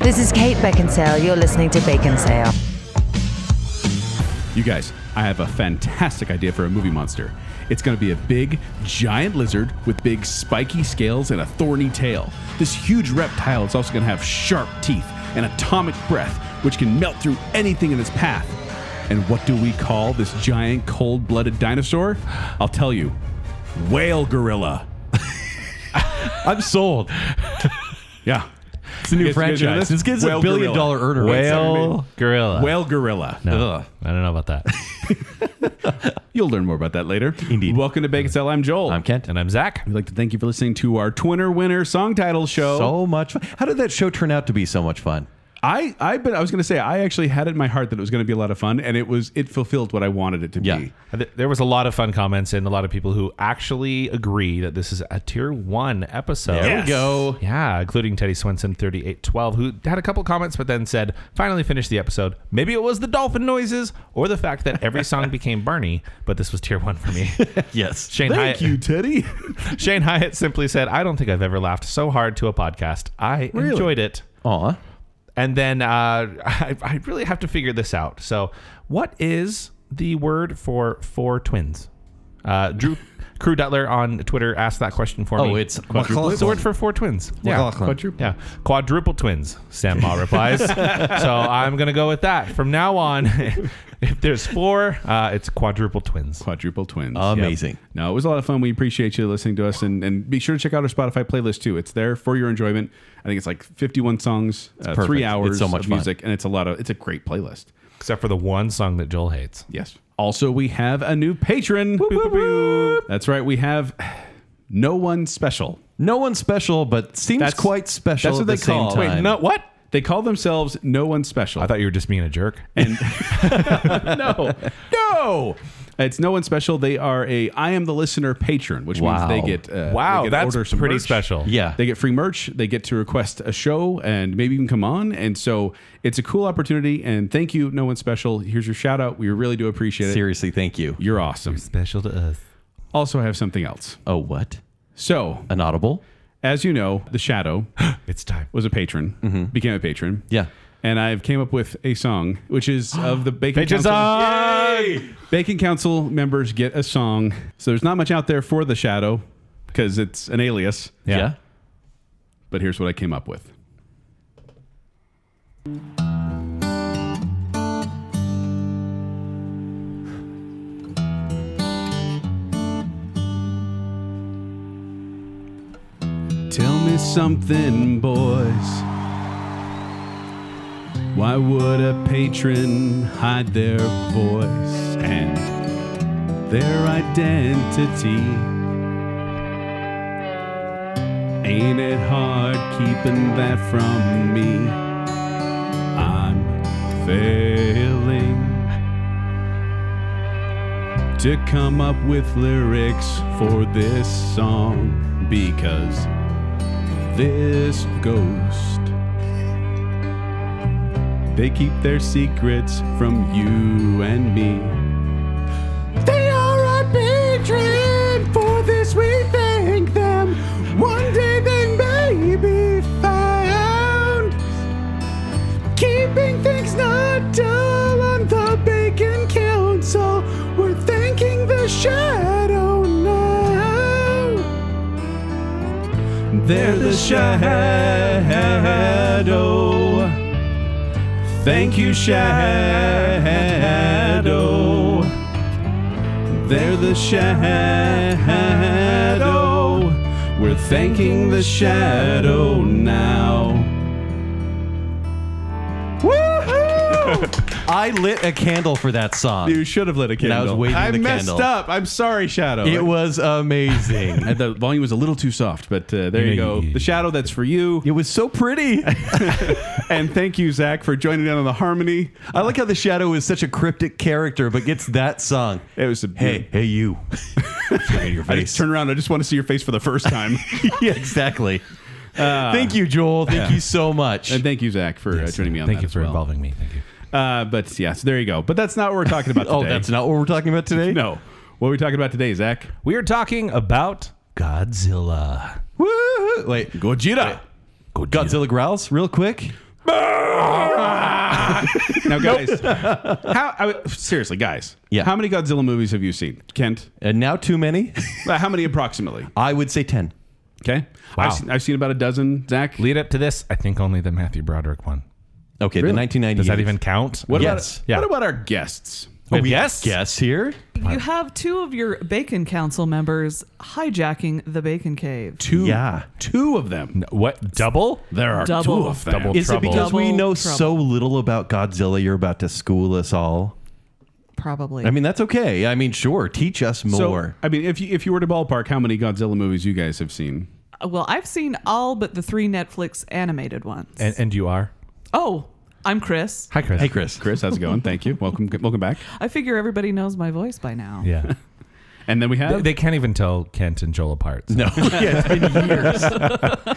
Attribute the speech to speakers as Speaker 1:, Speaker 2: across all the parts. Speaker 1: This is Kate Beckinsale. You're listening to Bacon Sale.
Speaker 2: You guys, I have a fantastic idea for a movie monster. It's going to be a big, giant lizard with big, spiky scales and a thorny tail. This huge reptile is also going to have sharp teeth and atomic breath, which can melt through anything in its path. And what do we call this giant, cold blooded dinosaur? I'll tell you whale gorilla.
Speaker 3: I'm sold.
Speaker 2: Yeah.
Speaker 3: It's a new
Speaker 2: You guys- you guys into
Speaker 3: franchise. This gets a
Speaker 2: Whale
Speaker 3: billion
Speaker 2: gorilla.
Speaker 3: dollar earner.
Speaker 4: Whale gorilla.
Speaker 2: Whale gorilla.
Speaker 3: Ugh. I don't know about that.
Speaker 2: You'll learn more about that later.
Speaker 3: Indeed.
Speaker 2: Welcome to Bacon Cell. I'm Joel.
Speaker 4: I'm Kent.
Speaker 3: and I'm Zach.
Speaker 2: We'd like to thank you for listening to our Twinner Winner song title show.
Speaker 4: So much. Fun. How did that show turn out to be so much fun?
Speaker 2: I I but I was going to say I actually had it in my heart that it was going to be a lot of fun, and it was it fulfilled what I wanted it to
Speaker 4: Yeah.
Speaker 2: be.
Speaker 3: Uh, Th- There was a lot of fun comments and a lot of people who actually agree that this is a tier one episode.
Speaker 2: There we Yes. go.
Speaker 3: Yeah, including Teddy Swenson, thirty-eight twelve, who had a couple comments, but then said, "Finally finished the episode. Maybe it was the dolphin noises or the fact that every song became Barney, but this was tier one for me."
Speaker 4: Yes.
Speaker 3: Shane
Speaker 2: Thank
Speaker 3: Hyatt.
Speaker 2: you, Teddy.
Speaker 3: Shane Hyatt simply said, "I don't think I've ever laughed so hard to a podcast. I
Speaker 2: Really?
Speaker 3: enjoyed it."
Speaker 4: Aw.
Speaker 3: And then uh, I, I really have to figure this out. So, what is the word for four twins? Uh, Drew Crew Dutler on Twitter asked that question for me.
Speaker 4: Oh, it's
Speaker 3: what's the word for four twins? Yeah,
Speaker 4: McLaughlin.
Speaker 2: Quadruple.
Speaker 3: yeah, quadruple twins. Sam Ma replies. so I'm gonna go with that from now on. if there's four, uh, it's quadruple twins.
Speaker 2: Quadruple twins.
Speaker 4: Amazing.
Speaker 2: Yep. No, it was a lot of fun. We appreciate you listening to us, and, and be sure to check out our Spotify playlist too. It's there for your enjoyment. I think it's like 51 songs, uh,
Speaker 4: perfect.
Speaker 2: three
Speaker 4: It's
Speaker 2: hours
Speaker 4: so much
Speaker 2: of
Speaker 4: fun.
Speaker 2: music, and it's a lot of it's a great playlist.
Speaker 3: Except for the one song that Joel hates.
Speaker 2: Yes. Also, we have a new patron. That's right. We have no one special.
Speaker 4: No one special, but seems
Speaker 2: That's-
Speaker 4: quite special
Speaker 2: that's what
Speaker 4: at
Speaker 2: they
Speaker 4: the same
Speaker 2: call-
Speaker 4: time.
Speaker 2: wait,
Speaker 3: No, what?
Speaker 2: They call themselves no one special.
Speaker 3: I thought you were just being a jerk.
Speaker 2: and
Speaker 3: no, no.
Speaker 2: It's no one special. They are a I am the listener patron, which
Speaker 4: Wow.
Speaker 2: means they get uh,
Speaker 3: Wow,
Speaker 2: they get to
Speaker 3: that's
Speaker 2: order some
Speaker 3: pretty
Speaker 2: merch.
Speaker 3: special.
Speaker 4: Yeah.
Speaker 2: They get free merch. They get to request a show and maybe even come on. And so it's a cool opportunity. And thank you, no one special. Here's your shout out. We really do appreciate it.
Speaker 4: Seriously, thank you.
Speaker 2: You're awesome.
Speaker 3: Special to us.
Speaker 2: Also, I have something else.
Speaker 4: Oh, what?
Speaker 2: So,
Speaker 4: An audible?
Speaker 2: as you know, the Shadow
Speaker 3: It's time.
Speaker 2: was a patron, became a patron.
Speaker 4: Mm-hmm. Yeah.
Speaker 2: And I've came up with a song, which is of the Bacon
Speaker 3: Patrons
Speaker 2: Council.
Speaker 3: on!
Speaker 2: Bacon Council members get a song. So there's not much out there for the Shadow because it's an alias.
Speaker 3: Yeah.
Speaker 2: But here's what I came up with. Tell me something, boys. Why would a patron hide their voice and their identity? Ain't it hard keeping that from me? I'm failing to come up with lyrics for this song because this ghost they keep their secrets from you and me. They are our patron. For this we thank them. One day they may be found. Keeping things not done on the Bacon Council. We're thanking the shadow now. They're the shadow. Thank you, shadow. They're the shadow. We're thanking the shadow now.
Speaker 4: I lit a candle for that song.
Speaker 2: You should have lit a candle.
Speaker 4: I was waiting
Speaker 2: I
Speaker 4: the
Speaker 2: messed
Speaker 4: candle.
Speaker 2: up. I'm sorry, Shadow.
Speaker 4: It was amazing.
Speaker 2: I- the volume was a little too soft, but uh, there you
Speaker 3: Yeah,
Speaker 2: go.
Speaker 3: yeah, yeah.
Speaker 2: The shadow that's for you.
Speaker 4: it was so pretty.
Speaker 2: And thank you, Zach, for joining in on the harmony.
Speaker 4: I like how the shadow is such a cryptic character, but gets that song.
Speaker 2: It was a
Speaker 4: Hey, hey, you. In your
Speaker 2: I just turn around. I just want to see your face for the first time.
Speaker 4: yeah, exactly. Thank you, Joel. Thank you so much.
Speaker 2: and thank you, Zach, for uh, joining me on
Speaker 3: Thank
Speaker 2: that
Speaker 3: you
Speaker 2: as
Speaker 3: for
Speaker 2: well.
Speaker 3: involving me. Thank you.
Speaker 2: Uh, but yeah, so there you go. But that's not what we're talking about today.
Speaker 4: oh, that's not what we're talking about today.
Speaker 2: no. What are we talking about today, Zach?
Speaker 3: We are talking about Godzilla.
Speaker 4: Woo! Wait,
Speaker 2: Uh, Gojira.
Speaker 4: Godzilla growls real quick.
Speaker 2: now, guys, how I, would- seriously, guys,
Speaker 4: Yeah.
Speaker 2: how many Godzilla movies have you seen, Kent?
Speaker 4: And now too many?
Speaker 2: Uh, How many approximately?
Speaker 4: I would say 10.
Speaker 2: Okay,
Speaker 3: Wow.
Speaker 2: I've, seen, I've seen about a dozen. Zach,
Speaker 3: Lead up to this, I think only the Matthew Broderick one.
Speaker 4: Okay, the 1998.
Speaker 3: Does that even count?
Speaker 2: what
Speaker 4: Yes.
Speaker 2: about
Speaker 3: Yeah.
Speaker 2: what about our guests?
Speaker 4: Oh, we
Speaker 3: Yes.
Speaker 4: guess here?
Speaker 5: You have two of your Bacon Council members hijacking the Bacon Cave.
Speaker 2: Two,
Speaker 4: Yeah.
Speaker 2: two of them.
Speaker 3: What double?
Speaker 2: There are
Speaker 5: Double.
Speaker 2: two of them.
Speaker 3: Double.
Speaker 4: Is it because
Speaker 5: Double
Speaker 4: we know
Speaker 5: trouble.
Speaker 4: so little about Godzilla you're about to school us all?
Speaker 5: Probably.
Speaker 4: I mean, that's okay. I mean, sure, teach us
Speaker 2: So,
Speaker 4: more.
Speaker 2: I mean, if you if you were to ballpark how many Godzilla movies you guys have seen,
Speaker 5: Uh, well, I've seen all but the three Netflix animated ones.
Speaker 3: And, and you are.
Speaker 5: oh, I'm Chris.
Speaker 3: Hi, Chris.
Speaker 4: hey, Chris.
Speaker 2: Chris, how's it going? Thank you. Welcome, welcome back.
Speaker 5: I figure everybody knows my voice by now.
Speaker 3: Yeah.
Speaker 2: And then we
Speaker 3: they,
Speaker 2: have
Speaker 3: they can't even tell Kent and Joel apart.
Speaker 4: No, yeah, it's been years.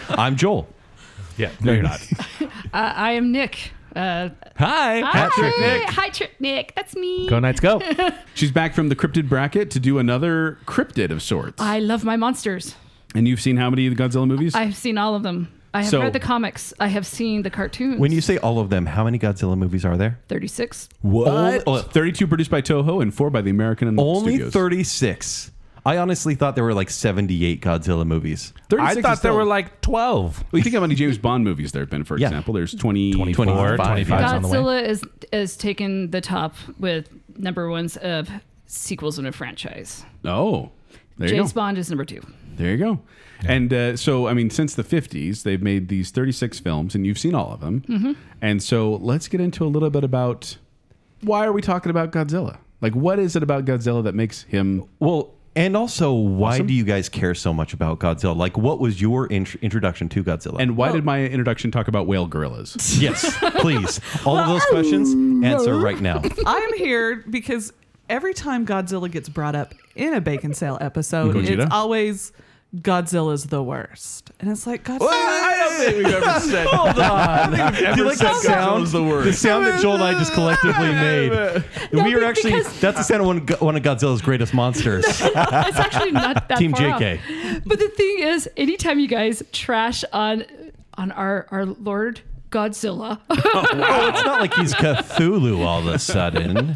Speaker 4: I'm Joel.
Speaker 3: Yeah. No, you're not.
Speaker 6: Uh, I am Nick. Uh,
Speaker 3: Hi.
Speaker 6: hi,
Speaker 3: Patrick Nick.
Speaker 6: Hi, Trick Nick. That's me.
Speaker 3: Go Knights, go.
Speaker 2: she's back from the cryptid bracket to do another cryptid of sorts.
Speaker 6: I love my monsters.
Speaker 2: and you've seen how many of the Godzilla movies?
Speaker 6: I've seen all of them. I have
Speaker 2: So-
Speaker 6: read the comics. I have seen the cartoons.
Speaker 4: When you say all of them, how many Godzilla movies are there?
Speaker 6: 36.
Speaker 4: What?
Speaker 2: Only- 32 produced by Toho and 4 by the American
Speaker 4: Oh, Only
Speaker 2: Studios.
Speaker 4: 36. I honestly thought there were like 78 Godzilla movies.
Speaker 2: 36
Speaker 3: I
Speaker 2: is
Speaker 3: thought there
Speaker 2: still-
Speaker 3: were like 12.
Speaker 2: Well, you think how many James Bond movies there have been, for
Speaker 4: Yeah.
Speaker 2: example. There's 20,
Speaker 3: 24, 25 's on the way.
Speaker 6: Godzilla is is taken the top with number ones of sequels in a franchise.
Speaker 2: Oh, there you
Speaker 6: James
Speaker 2: go.
Speaker 6: Bond is number two.
Speaker 2: There you go. And uh, so, I mean, since the 50s, they've made these 36 films, and you've seen all of them.
Speaker 6: Mm-hmm.
Speaker 2: And so, let's get into a little bit about why are we talking about Godzilla? Like, what is it about Godzilla that makes him
Speaker 4: Well, and also, why do you guys care so much about Godzilla? Like, what was your int- introduction to Godzilla?
Speaker 2: And why did my introduction talk about whale gorillas?
Speaker 4: yes, please, all of those questions, answer right now.
Speaker 5: I'm here because every time Godzilla gets brought up in a bacon sale episode,
Speaker 2: Gogeta?
Speaker 5: it's always Godzilla's the worst. And it's like Godzilla.
Speaker 2: think we've ever said. Hold on.
Speaker 4: Do you like that sound? The, sound that Joel and I just collectively made. we are
Speaker 6: but
Speaker 4: actually,
Speaker 6: because-
Speaker 4: that's the sound of one, of Go- one of Godzilla's greatest monsters,
Speaker 6: it's actually not that
Speaker 4: Team
Speaker 6: far off.
Speaker 4: JK.
Speaker 6: But the thing is, anytime you guys trash on on our our Lord Godzilla,
Speaker 4: Oh, it's not like he's Cthulhu all of a sudden.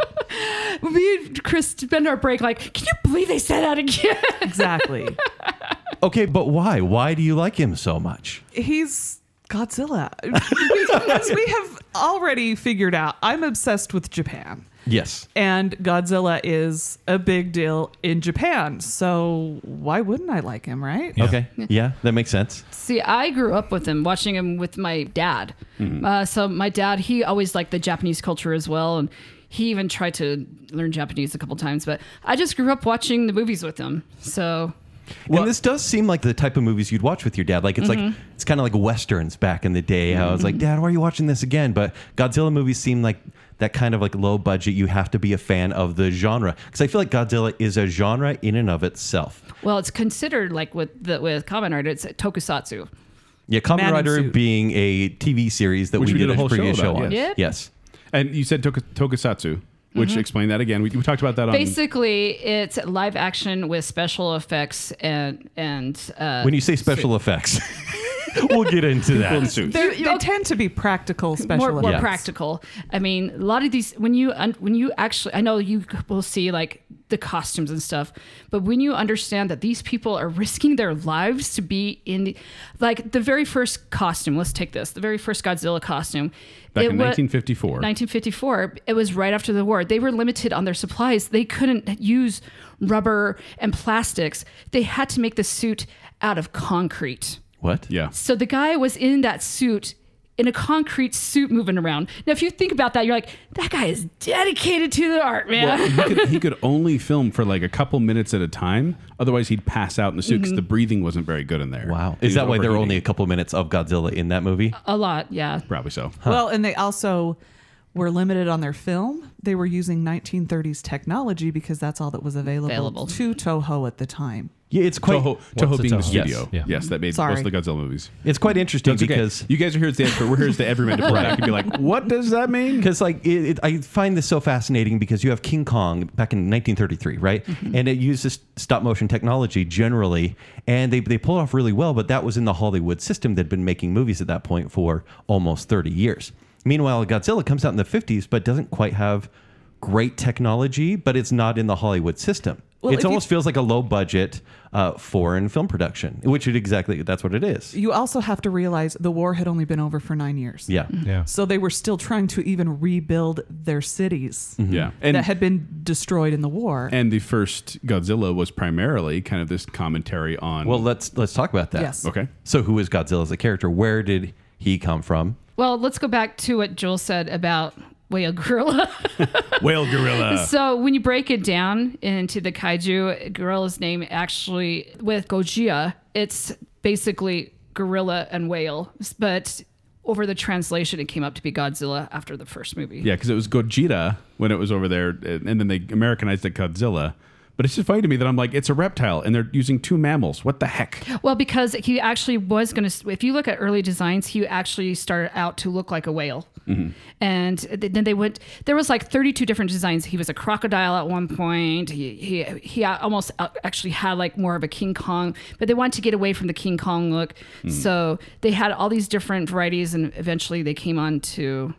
Speaker 6: me and Chris spend our break like, can you believe they said that again?
Speaker 5: Exactly.
Speaker 4: Okay, but why? Why do you like him so much?
Speaker 5: He's Godzilla. As we have already figured out, I'm obsessed with Japan.
Speaker 4: Yes.
Speaker 5: And Godzilla is a big deal in Japan. So why wouldn't I like him, right?
Speaker 4: Okay. Yeah, that makes sense.
Speaker 6: See, I grew up with him, watching him with my dad. Uh, so my dad, he always liked the Japanese culture as well, and he even tried to learn Japanese a couple times. But I just grew up watching the movies with him. So
Speaker 4: and this does seem like the type of movies you'd watch with your dad. Like it's like
Speaker 5: Mm-hmm.
Speaker 4: it's kind of like westerns back in the day. How I was like, Dad, why are you watching this again? But Godzilla movies seem like that kind of like low budget. You have to be a fan of the genre because I feel like Godzilla is a genre in and of itself.
Speaker 6: well, it's considered like with the with common art, it's tokusatsu.
Speaker 4: Yeah, Kamen
Speaker 5: Man in
Speaker 4: Rider
Speaker 5: suit.
Speaker 4: being a TV series that
Speaker 2: Which
Speaker 4: we, did, a
Speaker 2: whole show
Speaker 4: previous show,
Speaker 2: about,
Speaker 4: on.
Speaker 6: yes. Yep.
Speaker 4: Yes.
Speaker 2: And you said tok- tokusatsu, which
Speaker 6: Mm-hmm.
Speaker 2: explain that again. We, we talked about that on.
Speaker 6: Basically, it's live action with special effects and and uh,
Speaker 4: When you say special effects, we'll get into
Speaker 2: Golden
Speaker 4: that.
Speaker 2: Suits.
Speaker 5: They're-
Speaker 6: You-
Speaker 5: they
Speaker 6: you-
Speaker 5: tend to be practical special
Speaker 6: more, more
Speaker 5: effects.
Speaker 6: practical. I mean, a lot of these when you un- when you actually I know you will see like the costumes and stuff, but when you understand that these people are risking their lives to be in the like the very first costume. Let's take this. The very first Godzilla costume.
Speaker 2: Back
Speaker 6: it
Speaker 2: in
Speaker 6: wa-
Speaker 2: 1954.
Speaker 6: 1954. It was right after the war. They were limited on their supplies. They couldn't use rubber and plastics. They had to make the suit out of concrete.
Speaker 4: What?
Speaker 2: yeah.
Speaker 6: So the guy was in that suit, in a concrete suit, moving around. Now, if you think about that, you're like, that guy is dedicated to the art, man.
Speaker 2: Well, he, could, he could only film for like a couple minutes at a time. Otherwise, he'd pass out in the suit
Speaker 5: Mm-hmm.
Speaker 2: because the breathing wasn't very good in there.
Speaker 4: Wow.
Speaker 2: He
Speaker 4: Is
Speaker 2: was
Speaker 4: that why there were
Speaker 2: overheating.
Speaker 4: only a couple minutes of Godzilla in that movie?
Speaker 6: a lot, yeah.
Speaker 2: Probably so.
Speaker 5: Well, and they also were limited on their film. They were using 1930s technology because that's all that was available,
Speaker 6: Available.
Speaker 5: to Toho at the time.
Speaker 4: Yeah, it's quite
Speaker 2: Toho, Toho
Speaker 3: What's
Speaker 2: being
Speaker 3: Toho?
Speaker 2: the studio.
Speaker 3: Yes. Yeah.
Speaker 2: Yes, that made
Speaker 5: Sorry.
Speaker 2: most of the Godzilla movies.
Speaker 4: it's quite interesting
Speaker 2: It's okay.
Speaker 4: because
Speaker 2: you guys are here as the expert. We're here as the everyman to point out. I could be like, what does that mean?
Speaker 4: because like it, it, I find this so fascinating because you have King Kong back in 1933, right?
Speaker 5: Mm-hmm.
Speaker 4: And it uses stop motion technology generally, and they they pull it off really well. But that was in the Hollywood system that'd been making movies at that point for almost 30 years. Meanwhile, Godzilla comes out in the 50s, but doesn't quite have great technology, but it's not in the Hollywood system.
Speaker 5: Well, if
Speaker 4: it
Speaker 5: you-
Speaker 4: almost feels like a low budget uh, foreign film production, which it exactly that's what it is.
Speaker 5: You also have to realize the war had only been over for nine years.
Speaker 4: Yeah.
Speaker 3: Yeah.
Speaker 5: So they were still trying to even rebuild their cities
Speaker 4: Mm. Mm-hmm.
Speaker 2: Yeah. And
Speaker 5: that had been destroyed in the war.
Speaker 2: and the first Godzilla was primarily kind of this commentary on
Speaker 4: Well, let's let's talk about that.
Speaker 5: Yes.
Speaker 2: okay.
Speaker 4: So who is Godzilla as a character? Where did he come from?
Speaker 6: Well, let's go back to what Joel said about whale gorilla.
Speaker 2: Whale gorilla.
Speaker 6: so when you break it down into the kaiju gorilla's name, actually with Gojira, it's basically gorilla and whale, but over the translation, it came up to be Godzilla after the first movie.
Speaker 2: Yeah, because it was Gojira when it was over there, and and then they Americanized it Godzilla. But it's just funny to me that I'm like, it's a reptile, and they're using two mammals. What the heck?
Speaker 6: Well, because he actually was going to, if you look at early designs, he actually started out to look like a whale. And th- then they went, there was like 32 different designs. He was a crocodile at one point. He, he, he almost a- actually had like more of a King Kong, but they wanted to get away from the King Kong look. So they had all these different varieties and eventually they came on to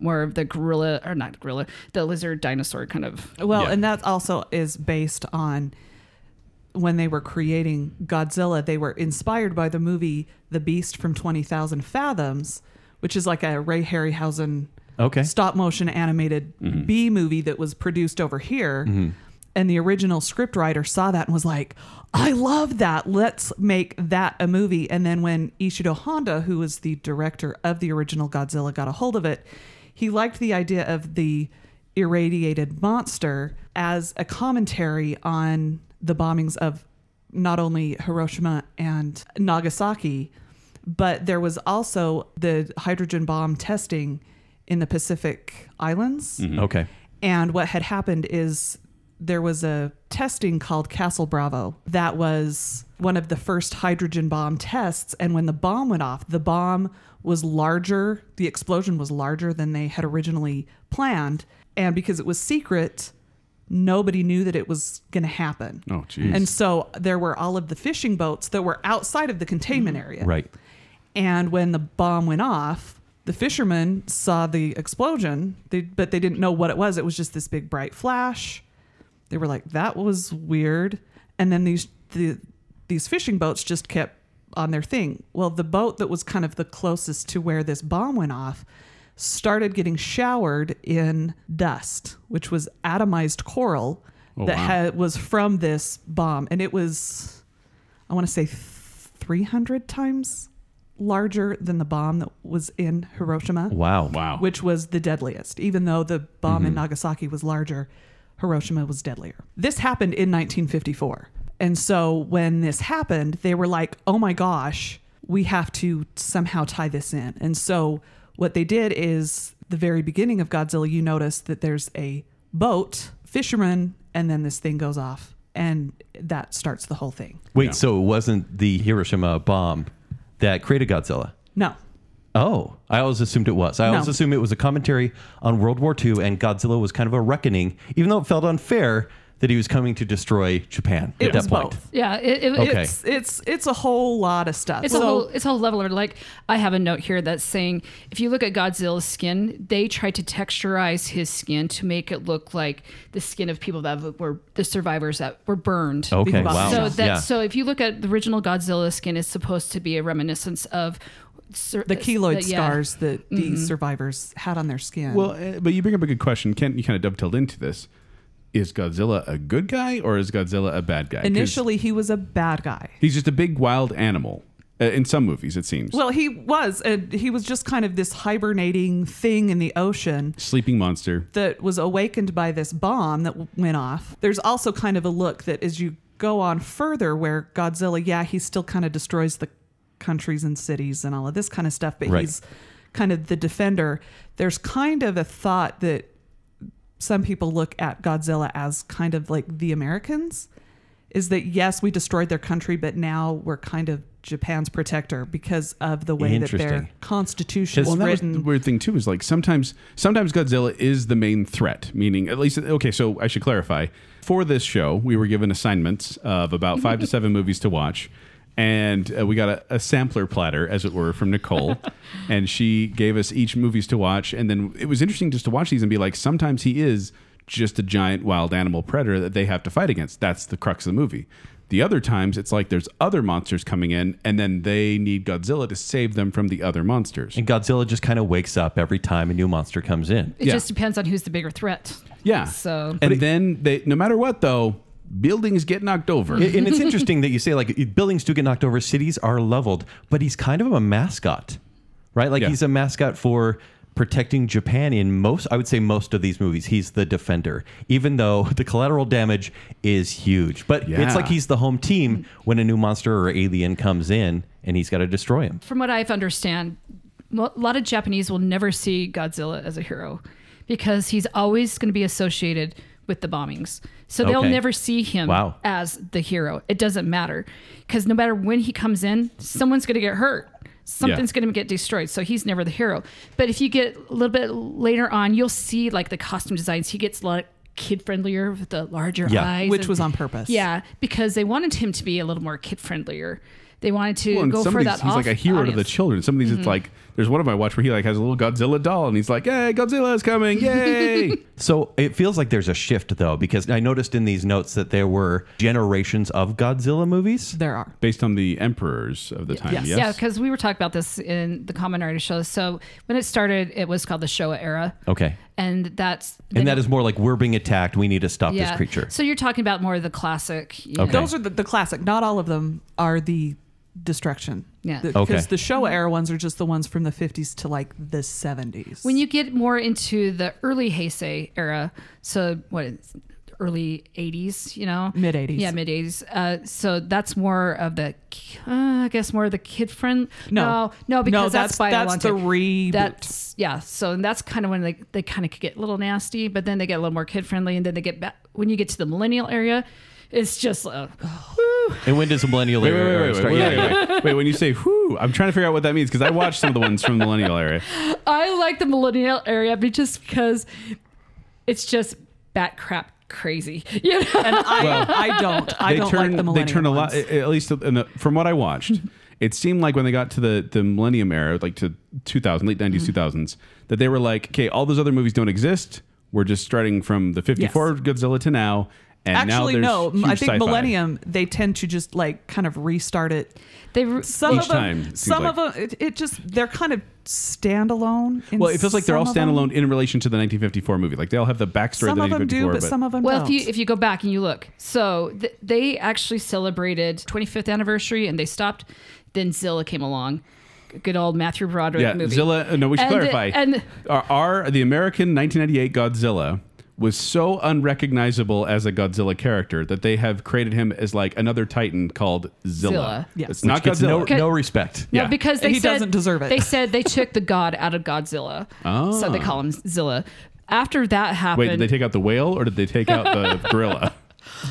Speaker 6: more of the gorilla, or not gorilla, the lizard dinosaur kind of.
Speaker 5: Well,
Speaker 2: Yeah.
Speaker 5: and that also is based on when they were creating Godzilla, they were inspired by the movie The Beast from 20,000 Fathoms, which is like a Ray Harryhausen
Speaker 4: Okay.
Speaker 5: stop motion animated B movie that was produced over here. And the original scriptwriter saw that and was like, I love that. Let's make that a movie. And then when Ishido Honda, who was the director of the original Godzilla, got a hold of it, he liked the idea of the irradiated monster as a commentary on the bombings of not only Hiroshima and Nagasaki, but there was also the hydrogen bomb testing in the Pacific Islands.
Speaker 2: Mm-hmm.
Speaker 4: Okay.
Speaker 5: And what had happened is there was a testing called Castle Bravo that was one of the first hydrogen bomb tests. And when the bomb went off, the bomb was larger, the explosion was larger than they had originally planned. And because it was secret, nobody knew that it was going to happen.
Speaker 2: Oh, jeez.
Speaker 5: And so there were all of the fishing boats that were outside of the containment
Speaker 2: Mm-hmm.
Speaker 5: area.
Speaker 4: Right.
Speaker 5: And when the bomb went off, the fishermen saw the explosion, they, but they didn't know what it was. It was just this big bright flash. They were like, "That was weird." And then these the these fishing boats just kept on their thing. Well, the boat that was kind of the closest to where this bomb went off started getting showered in dust, which was atomized coral that
Speaker 2: wow.
Speaker 5: had, was from this bomb, and it was I want to say 300 times larger than the bomb that was in Hiroshima,
Speaker 4: Wow.
Speaker 2: Wow.
Speaker 5: which was the deadliest. Even though the bomb
Speaker 4: Mm-hmm.
Speaker 5: in Nagasaki was larger, Hiroshima was deadlier. This happened in 1954. And so when this happened, they were like, oh my gosh, we have to somehow tie this in. And so what they did is the very beginning of Godzilla, you notice that there's a boat, fisherman, and then this thing goes off. And that starts the whole thing.
Speaker 4: Wait,
Speaker 2: Yeah.
Speaker 4: so it wasn't the Hiroshima bomb that created Godzilla?
Speaker 5: No.
Speaker 4: Oh, I always assumed it was. I always
Speaker 5: No.
Speaker 4: assumed it was a commentary on World War II, and Godzilla was kind of a reckoning, even though it felt unfair that he was coming to destroy Japan
Speaker 5: It
Speaker 4: at
Speaker 5: was
Speaker 4: that point.
Speaker 5: both.
Speaker 6: Yeah. It, it,
Speaker 4: Okay.
Speaker 5: It's it's it's a whole lot of stuff.
Speaker 6: It's a
Speaker 5: So-
Speaker 6: whole it's a whole level of like I have a note here that's saying if you look at Godzilla's skin, they tried to texturize his skin to make it look like the skin of people that were the survivors that were burned.
Speaker 4: Okay, Oh,
Speaker 5: Because-
Speaker 4: wow.
Speaker 6: So that
Speaker 4: yeah.
Speaker 6: so if you look at the original Godzilla skin, it's supposed to be a reminiscence of sur-
Speaker 5: the keloid
Speaker 6: yeah.
Speaker 5: scars that these survivors had on their skin.
Speaker 2: Well, uh, but you bring up a good question. Kent, you kind of dovetailed into this. Is Godzilla a good guy or is Godzilla a bad guy? 'Cause
Speaker 5: initially he was a bad guy.
Speaker 2: he's just a big wild animal. Uh, in some movies, it seems.
Speaker 5: Well, he was and he was just kind of this hibernating thing in the ocean
Speaker 2: Sleeping monster.
Speaker 5: that was awakened by this bomb that w- went off. There's also kind of a look that as you go on further where Godzilla, yeah, he still kind of destroys the countries and cities and all of this kind of stuff, but
Speaker 4: Right.
Speaker 5: he's kind of the defender. There's kind of a thought that some people look at Godzilla as kind of like the Americans. is that yes, we destroyed their country, but now we're kind of Japan's protector because of the way that
Speaker 4: Interesting.
Speaker 5: their constitution is
Speaker 2: Well, and that was
Speaker 5: written.
Speaker 2: the weird thing too is like sometimes sometimes Godzilla is the main threat. Meaning, at least okay. So I should clarify. For this show, we were given assignments of about five to seven movies to watch, and uh, we got a, a sampler platter, as it were, from Nicole, and she gave us each movies to watch. And then it was interesting just to watch these and be like, sometimes he is just a giant wild animal predator that they have to fight against. That's the crux of the movie. The other times, it's like there's other monsters coming in, and then they need Godzilla to save them from the other monsters.
Speaker 4: And Godzilla just kind of wakes up every time a new monster comes in.
Speaker 6: It
Speaker 2: Yeah.
Speaker 6: just depends on who's the bigger threat.
Speaker 2: Yeah.
Speaker 6: So-
Speaker 2: and then they, no matter what though, buildings get knocked over.
Speaker 4: And and it's interesting that you say like buildings do get knocked over, cities are leveled, but he's kind of a mascot, right? Like
Speaker 2: Yeah.
Speaker 4: he's a mascot for protecting Japan in most, I would say most of these movies. He's the defender, even though the collateral damage is huge. But
Speaker 2: Yeah.
Speaker 4: it's like he's the home team when a new monster or alien comes in and he's got to destroy him.
Speaker 6: From what I've understand, mo- a lot of Japanese will never see Godzilla as a hero because he's always going to be associated with the bombings. So they'll
Speaker 4: Okay.
Speaker 6: never see him
Speaker 4: Wow.
Speaker 6: as the hero. It doesn't matter because no matter when he comes in, someone's going to get hurt. Something's going to get destroyed. So he's never the hero. But if you get a little bit later on, you'll see like the costume designs. He gets like kid friendlier with the larger
Speaker 4: Yeah.
Speaker 6: eyes.
Speaker 5: which
Speaker 6: and-
Speaker 5: was on purpose.
Speaker 6: Yeah, because they wanted him to be a little more kid friendlier. They wanted to
Speaker 2: Well, and
Speaker 6: go
Speaker 2: some
Speaker 6: for
Speaker 2: of these,
Speaker 6: that.
Speaker 2: he's like
Speaker 6: off- Mm-hmm.
Speaker 2: a hero to the
Speaker 6: audience.
Speaker 2: children. Some of these, it's like there's one of my watch where he like has a little Godzilla doll, and he's like, "Hey, Godzilla's coming! Yay!"
Speaker 4: So it feels like there's a shift though, because I noticed in these notes that there were generations of Godzilla movies.
Speaker 5: there are.
Speaker 2: Based on the emperors of the time, yes.
Speaker 5: Yes.
Speaker 6: Yeah, because we were talking about this in the Common Rider show. So when it started, it was called the Showa era,
Speaker 4: Okay.
Speaker 6: and that's
Speaker 4: And that is more like we're being attacked. We need to stop this creature.
Speaker 6: So you're talking about more of the classic. you
Speaker 4: Okay.
Speaker 6: know.
Speaker 5: Those are the, the classic. Not all of them are the destruction.
Speaker 6: Yeah. Mm-hmm.
Speaker 5: Because
Speaker 4: Okay.
Speaker 5: the Showa era ones are just the ones from the 50s to like the 70s.
Speaker 6: When you get more into the early Heisei era, so what is early 80s, you know?
Speaker 5: Mid 80s.
Speaker 6: Yeah, mid 80s. Uh, so that's more of the, ki- uh, I guess, more of the kid friend.
Speaker 5: No.
Speaker 6: No,
Speaker 5: No,
Speaker 6: because
Speaker 5: that's-
Speaker 6: that's, by a
Speaker 5: that's
Speaker 6: long
Speaker 5: the
Speaker 6: time.
Speaker 5: reboot.
Speaker 6: That's, yeah. So and that's kind of when they, they kind of get a little nasty, but then they get a little more kid friendly. And then they get back, when you get to the millennial area, it's just, uh,
Speaker 4: And when does the millennial
Speaker 2: Wait, wait,
Speaker 4: era
Speaker 2: wait, wait,
Speaker 4: start?
Speaker 2: wait,
Speaker 4: Yeah.
Speaker 2: wait, wait, wait. Wait, When you say "whoo," I'm trying to figure out what that means because I watched some of the ones from the millennial era.
Speaker 6: I like the millennial area but just because it's just bat crap crazy. You know?
Speaker 5: and I, I don't. I don't
Speaker 2: turn
Speaker 5: like the
Speaker 2: they
Speaker 5: millennial
Speaker 2: turn a lot.
Speaker 5: ones.
Speaker 2: At least in the, from what I watched, it seemed like when they got to the the millennium era, like to 2000, late
Speaker 5: Mm-hmm.
Speaker 2: 90s, 2000s, that they were like, okay, all those other movies don't exist. We're just starting from the 54 Godzilla to now. And
Speaker 5: Actually,
Speaker 2: now
Speaker 5: no.
Speaker 2: there's huge
Speaker 5: I think
Speaker 2: sci-fi.
Speaker 5: Millennium, they tend to just like kind of restart it.
Speaker 6: They re-
Speaker 5: Some
Speaker 2: Each
Speaker 5: of them,
Speaker 2: time, it seems
Speaker 5: some
Speaker 2: like.
Speaker 5: of them, it, it just they're kind of standalone. in
Speaker 2: Well, it feels like they're all
Speaker 5: some of them.
Speaker 2: standalone in relation to the 1954 movie. Like they all have the backstory
Speaker 5: Some
Speaker 2: of the
Speaker 5: of them
Speaker 2: 1954.
Speaker 5: do, but some of them
Speaker 6: well,
Speaker 5: don't.
Speaker 6: if you if you go back and you look, so th- they actually celebrated 25th anniversary and they stopped. Then Zilla came along, good old Matthew Broderick
Speaker 2: yeah,
Speaker 6: movie.
Speaker 2: Zilla. uh, No, we should
Speaker 6: And-
Speaker 2: clarify.
Speaker 6: and-
Speaker 2: our, our- the American 1998 Godzilla was so unrecognizable as a Godzilla character that they have created him as like another Titan called Zilla.
Speaker 6: Zilla.
Speaker 5: Yes.
Speaker 2: it's
Speaker 5: Which
Speaker 2: not
Speaker 4: gets no,
Speaker 2: Godzilla.
Speaker 6: Okay.
Speaker 4: no respect.
Speaker 6: No,
Speaker 2: Yeah.
Speaker 6: because they
Speaker 5: He
Speaker 6: said,
Speaker 5: doesn't deserve it.
Speaker 6: They said they took the god out of Godzilla, so they call him Zilla. After that happened,
Speaker 2: Ah. Wait, did they take out the whale or did they take out the gorilla?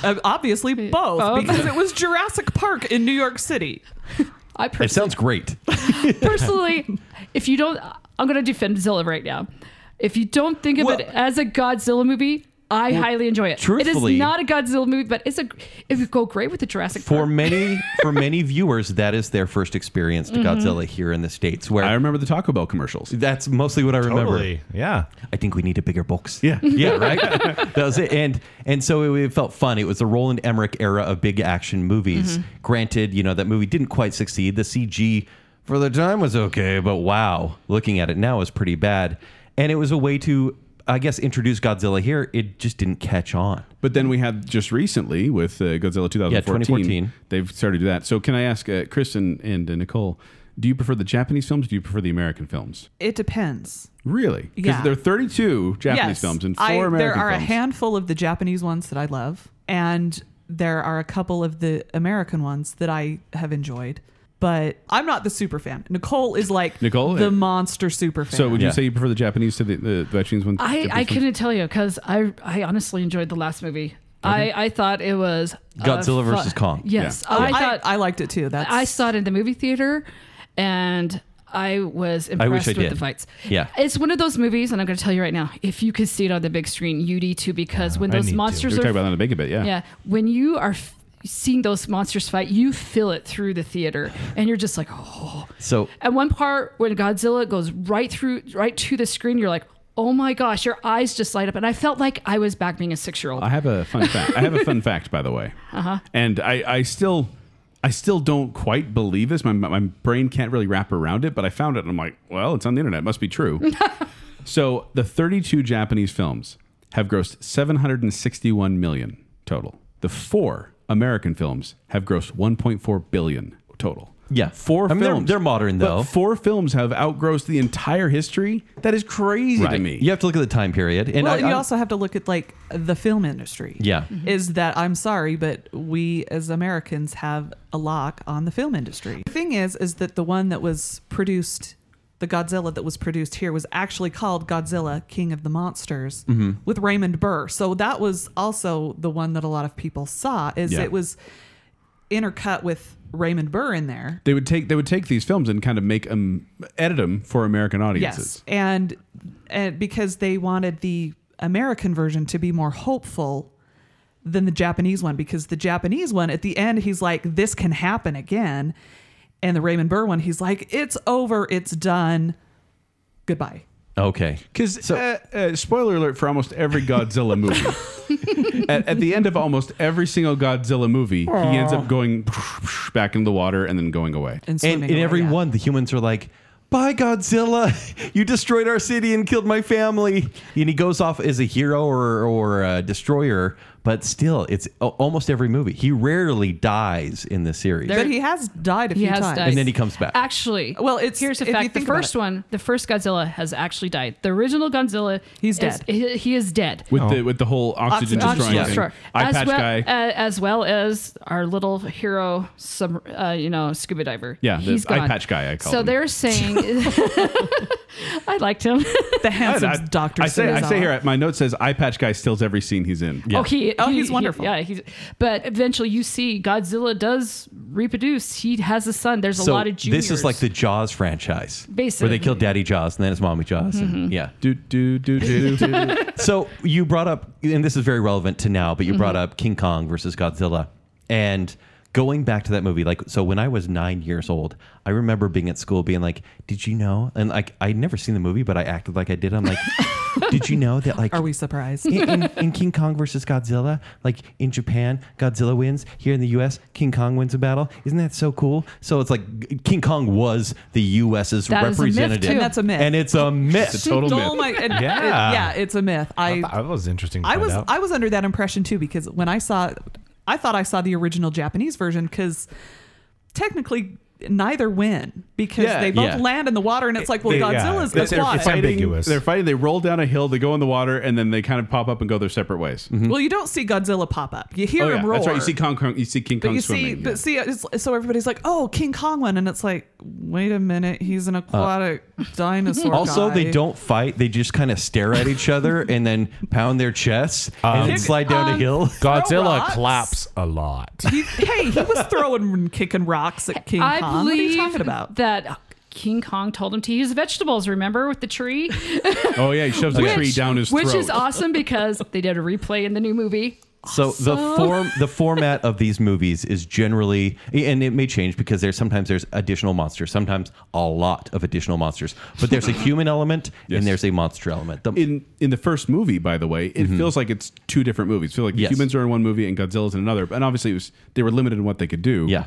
Speaker 5: Uh, obviously
Speaker 6: Hmm.
Speaker 5: both, because it was Jurassic Park in New York City.
Speaker 6: I
Speaker 4: It
Speaker 6: personally,
Speaker 4: sounds great.
Speaker 6: personally, if you don't, I'm going to defend Zilla right now. If you don't think of
Speaker 4: Well-
Speaker 6: it as a Godzilla movie, I highly enjoy it. it
Speaker 4: truthfully-
Speaker 6: is not a Godzilla movie, but it's a it would go great with the Jurassic
Speaker 4: For
Speaker 6: Park.
Speaker 4: many for many viewers, that is their first experience to Godzilla here in the States, where
Speaker 2: I remember the Taco Bell commercials.
Speaker 4: that's mostly what I remember.
Speaker 3: Totally. Yeah.
Speaker 4: I think we need a bigger box.
Speaker 2: Yeah.
Speaker 4: Yeah, right? that was it. And and so it, it felt fun. It was the Roland Emmerich era of big action movies. Granted, you know, that movie didn't quite succeed. The CG for the time was okay, but wow, looking at it now is pretty bad. And it was a way to I guess introduce Godzilla here. It just didn't catch on.
Speaker 2: But then we had just recently with uh, Godzilla 2014,
Speaker 4: 2014.
Speaker 2: They've started to do that. So can I ask uh, Chris and, and uh, Nicole, do you prefer the Japanese films? Or do you prefer the American films?
Speaker 5: It depends.
Speaker 2: Really? Because
Speaker 5: Yeah.
Speaker 2: there are 32 Japanese
Speaker 5: yes,
Speaker 2: films and four
Speaker 5: I,
Speaker 2: American
Speaker 5: there are
Speaker 2: films.
Speaker 5: a handful of the Japanese ones that I love, and there are a couple of the American ones that I have enjoyed. But I'm not the super fan. Nicole is like
Speaker 2: Nicole,
Speaker 5: the
Speaker 2: eh,
Speaker 5: monster super fan.
Speaker 2: So would
Speaker 4: Yeah.
Speaker 2: you say you prefer the Japanese to the, the, the Chinese one?
Speaker 6: I, I
Speaker 2: Japanese ones?
Speaker 6: couldn't tell you because I I honestly enjoyed the last movie. I, I thought it was a
Speaker 4: Uh-huh. Godzilla
Speaker 6: fu-
Speaker 4: versus Kong.
Speaker 6: Yes,
Speaker 5: I,
Speaker 6: I thought
Speaker 5: I, liked it too. That's
Speaker 6: I saw it in the movie theater and I was impressed
Speaker 4: wish I
Speaker 6: with
Speaker 4: did.
Speaker 6: the fights.
Speaker 4: Yeah.
Speaker 6: It's one of those movies, and I'm going to tell you right now if you could see it on the big screen, you need to
Speaker 4: Uh,
Speaker 6: because when
Speaker 3: I
Speaker 6: those
Speaker 3: need to.
Speaker 6: monsters
Speaker 2: We talked
Speaker 6: are.
Speaker 2: about that in a big bit, yeah.
Speaker 6: yeah. When you are f- seeing those monsters fight, you feel it through the theater and you're just like, oh.
Speaker 4: So
Speaker 6: At one part, when Godzilla goes right through, right to the screen, you're like, oh my gosh, your eyes just light up. And I felt like I was back being a six year old.
Speaker 2: I have a fun fact. I have a fun fact, by the way. Uh-huh. And I, I still, I still don't quite believe this. My, my brain can't really wrap around it. But I found it, and I'm like, well, it's on the internet. It must be true. so the 32 Japanese films have grossed 761 million total. The four American films have grossed 1.4 billion total.
Speaker 4: Yeah.
Speaker 2: four
Speaker 4: I mean, they're-
Speaker 2: films.
Speaker 4: they're modern,
Speaker 2: But
Speaker 4: though.
Speaker 2: four films have outgrossed the entire history. That is crazy to me.
Speaker 4: You have to look at the time period. And
Speaker 5: well,
Speaker 4: I-
Speaker 5: you
Speaker 4: I-
Speaker 5: also have to look at like the film industry.
Speaker 4: Yeah. Mhm.
Speaker 5: Is that I'm sorry, but we as Americans have a lock on the film industry. The thing is, is that the one that was produced, the Godzilla that was produced here was actually called Godzilla King of the Monsters
Speaker 4: Mm-hmm.
Speaker 5: with Raymond Burr. So that was also the one that a lot of people saw is
Speaker 2: Yeah.
Speaker 5: it was intercut with Raymond Burr in there.
Speaker 2: they would take they would take these films and kind of make them edit them for American
Speaker 5: Yes,
Speaker 2: audiences.
Speaker 5: and, and because they wanted the American version to be more hopeful than the Japanese one, because the Japanese one at the end he's like, "This can happen again," and the Raymond Burr one he's like, "It's over, it's done, goodbye."
Speaker 4: okay.
Speaker 2: Because uh, uh, spoiler alert for almost every Godzilla movie. at, at the end of almost every single Godzilla movie, he ends up going back into the water and then going away.
Speaker 5: And,
Speaker 4: And
Speaker 5: swimming
Speaker 4: in
Speaker 5: away,
Speaker 4: every
Speaker 5: yeah.
Speaker 4: one, the humans are like, "Bye, Godzilla! You destroyed our city and killed my family." And he goes off as a hero or or a destroyer, but still, it's a- almost every movie. He rarely dies in the series.
Speaker 5: but he has died a
Speaker 6: He
Speaker 5: few
Speaker 6: has
Speaker 5: times.
Speaker 6: died.
Speaker 4: And then he comes back.
Speaker 6: Actually,
Speaker 5: Well, it's-
Speaker 6: here's the
Speaker 5: if you
Speaker 6: fact: the
Speaker 5: think about
Speaker 6: first
Speaker 5: it-
Speaker 6: one, the first Godzilla has actually died. The original Godzilla,
Speaker 5: He's
Speaker 6: is-
Speaker 5: dead.
Speaker 6: He, he is dead.
Speaker 2: With the with the whole oxygen,
Speaker 5: Oxygen
Speaker 2: destroying
Speaker 5: destroyer.
Speaker 2: thing.
Speaker 6: Oh. Sure.
Speaker 2: eye
Speaker 6: as
Speaker 2: patch
Speaker 6: well,
Speaker 2: guy.
Speaker 6: uh, as well as our little hero, some uh, you know, scuba diver.
Speaker 2: Yeah, the
Speaker 6: he's
Speaker 2: eye
Speaker 6: gone.
Speaker 2: patch guy, I call
Speaker 6: So
Speaker 2: him.
Speaker 6: they're saying, I liked him.
Speaker 5: the
Speaker 2: And
Speaker 5: handsome
Speaker 2: I,
Speaker 5: Doctor. "Oh,
Speaker 2: I say I say here my note says eye patch guy steals every scene he's in.
Speaker 6: Oh, he,
Speaker 5: Oh,
Speaker 6: he-
Speaker 5: he's
Speaker 6: he-
Speaker 5: wonderful.
Speaker 6: yeah, he's. But eventually, you see Godzilla does reproduce. He has a son. There's a
Speaker 4: so
Speaker 6: lot of juniors.
Speaker 4: this is like the Jaws franchise, where
Speaker 6: Basically.
Speaker 4: they kill Daddy Jaws and then it's Mommy Jaws. and-
Speaker 5: Mm-hmm.
Speaker 4: yeah.
Speaker 2: Do do do do do.
Speaker 4: so you brought up, and this is very relevant to now, but you brought up King Kong versus Godzilla, and going back to that movie, like so when I was nine years old, I remember being at school being like, "Did you know?" And like I'd never seen the movie, but I acted like I did. I'm like, "Did you know that?" Like,
Speaker 5: Are we surprised?
Speaker 4: in, in, in King Kong versus Godzilla, like in Japan, Godzilla wins. Here in the U.S., King Kong wins a battle. Isn't that so cool? So it's like g- King Kong was the U.S.'s
Speaker 6: That is a myth,
Speaker 4: representative,
Speaker 6: too. And
Speaker 5: that's a myth.
Speaker 4: and it's a myth.
Speaker 2: It's a total myth.
Speaker 5: Oh my! and- and-
Speaker 3: Yeah.
Speaker 5: yeah, it's a myth. I
Speaker 3: That was interesting. To
Speaker 5: I
Speaker 3: find
Speaker 5: was
Speaker 3: out.
Speaker 5: I was under that impression too because when I saw, I thought I saw the original Japanese version because technically neither win because
Speaker 2: Yeah,
Speaker 5: they both
Speaker 4: yeah.
Speaker 5: land in the water and it's like well
Speaker 3: They- yeah.
Speaker 5: Godzilla's
Speaker 3: That's-
Speaker 5: the plot.
Speaker 3: it's ambiguous.
Speaker 2: They're fighting. They roll down a hill. They go in the water, and then they kind of pop up and go their separate ways.
Speaker 5: Well, you don't see Godzilla pop up. You hear
Speaker 2: Oh, yeah.
Speaker 5: him roar.
Speaker 2: That's right. You see Kong, Kong you see King
Speaker 5: But
Speaker 2: Kong
Speaker 5: you
Speaker 2: swimming.
Speaker 5: see,
Speaker 2: yeah.
Speaker 5: but see, it's, so everybody's like, "Oh, King Kong won," and it's like, "Wait a minute, he's
Speaker 2: Uh,
Speaker 5: an aquatic dinosaur."
Speaker 4: Also, they
Speaker 5: guy.
Speaker 4: don't fight; they just kind of stare at each other and then pound their chests and then slide down a hill.
Speaker 3: Godzilla
Speaker 5: rocks.
Speaker 3: claps a lot.
Speaker 5: He- hey, he was throwing and kicking rocks at King
Speaker 6: I
Speaker 5: Kong. What are
Speaker 6: believe
Speaker 5: you talking about?
Speaker 6: that King Kong told him to use vegetables. Remember with the tree.
Speaker 2: oh yeah, he shoves a tree down his
Speaker 6: which
Speaker 2: throat.
Speaker 6: is awesome because they did a replay in the new movie.
Speaker 4: So the form, the format of these movies is generally, and it may change because there's sometimes there's additional monsters, sometimes a lot of additional monsters, but there's a human element
Speaker 2: Yes.
Speaker 4: and there's a monster element. The-
Speaker 2: in in the first movie, by the way, it feels like it's two different movies. It feels like the
Speaker 4: Mm-hmm. Yes.
Speaker 2: humans are in one movie and Godzilla's in another. And obviously, it was they were limited in what they could do.
Speaker 4: Yeah.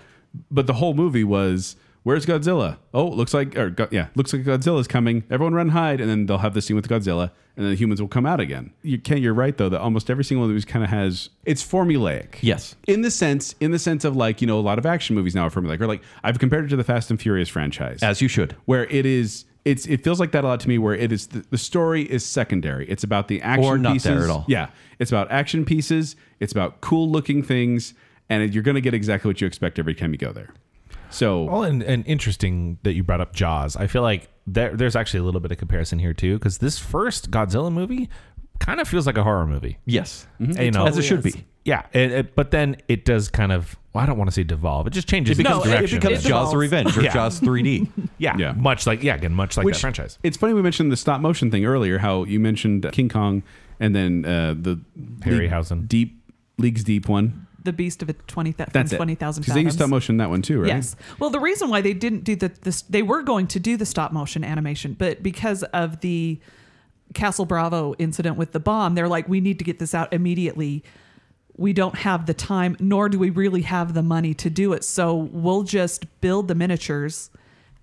Speaker 2: But the whole movie was where's Godzilla? Oh, it looks like or Go- yeah, looks like Godzilla's coming. Everyone run hide, and then they'll have the scene with Godzilla, and then the humans will come out again. You can you're right though that almost every single one of these kind of has it's formulaic.
Speaker 4: Yes.
Speaker 2: In the sense, in the sense of like you know a lot of action movies now are formulaic. Or like I've compared it to the Fast and Furious franchise
Speaker 4: As you should.
Speaker 2: where it is it's it feels like that a lot to me where it is the, the story is secondary it's about the action
Speaker 4: Or not
Speaker 2: pieces
Speaker 4: there at all.
Speaker 2: yeah it's about action pieces it's about cool looking things and you're going to get exactly what you expect every time you go there so
Speaker 3: Well, and, and interesting that you brought up Jaws. I feel like there, there's actually a little bit of comparison here too, because this first Godzilla movie kind of feels like a horror movie.
Speaker 4: yes,
Speaker 3: You know,
Speaker 4: Mm-hmm. as it should be.
Speaker 3: yeah, it, it- but then it does kind of. Well, I don't want to say devolve. It just changes
Speaker 4: It becomes,
Speaker 5: No, it
Speaker 4: it becomes Jaws
Speaker 5: it evolves.
Speaker 4: the Revenge or
Speaker 3: Yeah.
Speaker 4: Jaws 3D.
Speaker 3: yeah,
Speaker 2: Yeah.
Speaker 3: much like yeah, again, much like
Speaker 2: Which-
Speaker 3: that franchise.
Speaker 2: It's funny we mentioned the stop motion thing earlier. How you mentioned King Kong and then uh, the
Speaker 3: Harryhausen.
Speaker 2: League- deep leagues deep one.
Speaker 5: The Beast of a twenty thousand
Speaker 2: That's it.
Speaker 5: twenty thousand
Speaker 2: Because they used
Speaker 5: fathoms.
Speaker 2: stop motion in that one too, right?
Speaker 5: Yes. Well, the reason why they didn't do the this they were going to do the stop motion animation, but because of the Castle Bravo incident with the bomb, they're like, we need to get this out immediately. We don't have the time, nor do we really have the money to do it. So we'll just build the miniatures.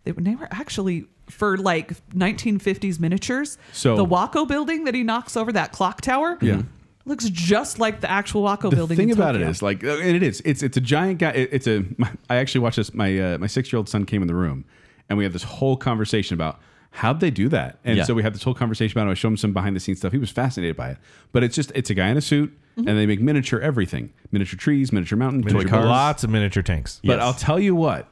Speaker 5: They were, they were actually for like 1950s miniatures.
Speaker 2: So-
Speaker 5: the Waco building that he knocks over that clock tower,
Speaker 2: Yeah.
Speaker 5: looks just like the actual Waco
Speaker 2: the
Speaker 5: building.
Speaker 2: thing
Speaker 5: in
Speaker 2: about
Speaker 5: Tokyo.
Speaker 2: it is like uh, and it is it's it's a giant guy it- it's a i actually watched this my uh, my six year old son came in the room and we had this whole conversation about how'd they do that and
Speaker 4: Yeah.
Speaker 2: so we had this whole conversation about it i showed him some behind the scenes stuff he was fascinated by it but it's just it's a guy in a suit
Speaker 5: Mm-hmm.
Speaker 2: and they make miniature everything miniature trees miniature mountains miniature
Speaker 3: Miniature-
Speaker 2: cars
Speaker 3: Lots of miniature tanks.
Speaker 2: but
Speaker 4: Yes.
Speaker 2: I'll tell you what,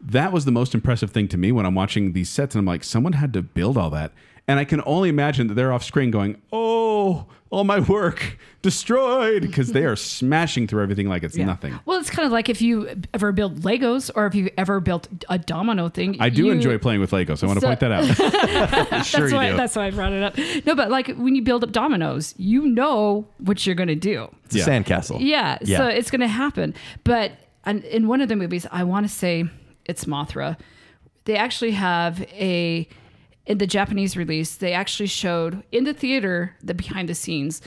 Speaker 2: that was the most impressive thing to me when I'm watching these sets and I'm like, someone had to build all that. And I can only imagine that they're off screen going, oh, all my work destroyed because they are smashing through everything like it's
Speaker 5: Yeah.
Speaker 2: nothing.
Speaker 6: Well, it's kind of like if you ever build Legos or if you ever built a domino thing.
Speaker 2: I do
Speaker 6: you-
Speaker 2: enjoy playing with Legos. I want to
Speaker 6: So-
Speaker 2: point that out.
Speaker 6: that's why, That's why I brought it up. No, but like when you build up dominoes, you know what you're going to do.
Speaker 4: It's a
Speaker 2: Yeah.
Speaker 4: sandcastle.
Speaker 6: Yeah,
Speaker 4: Yeah.
Speaker 6: so it's going to happen. But and in one of the movies, I want to say it's Mothra. They actually have a in the Japanese release. They actually showed in the theater the behind the scenes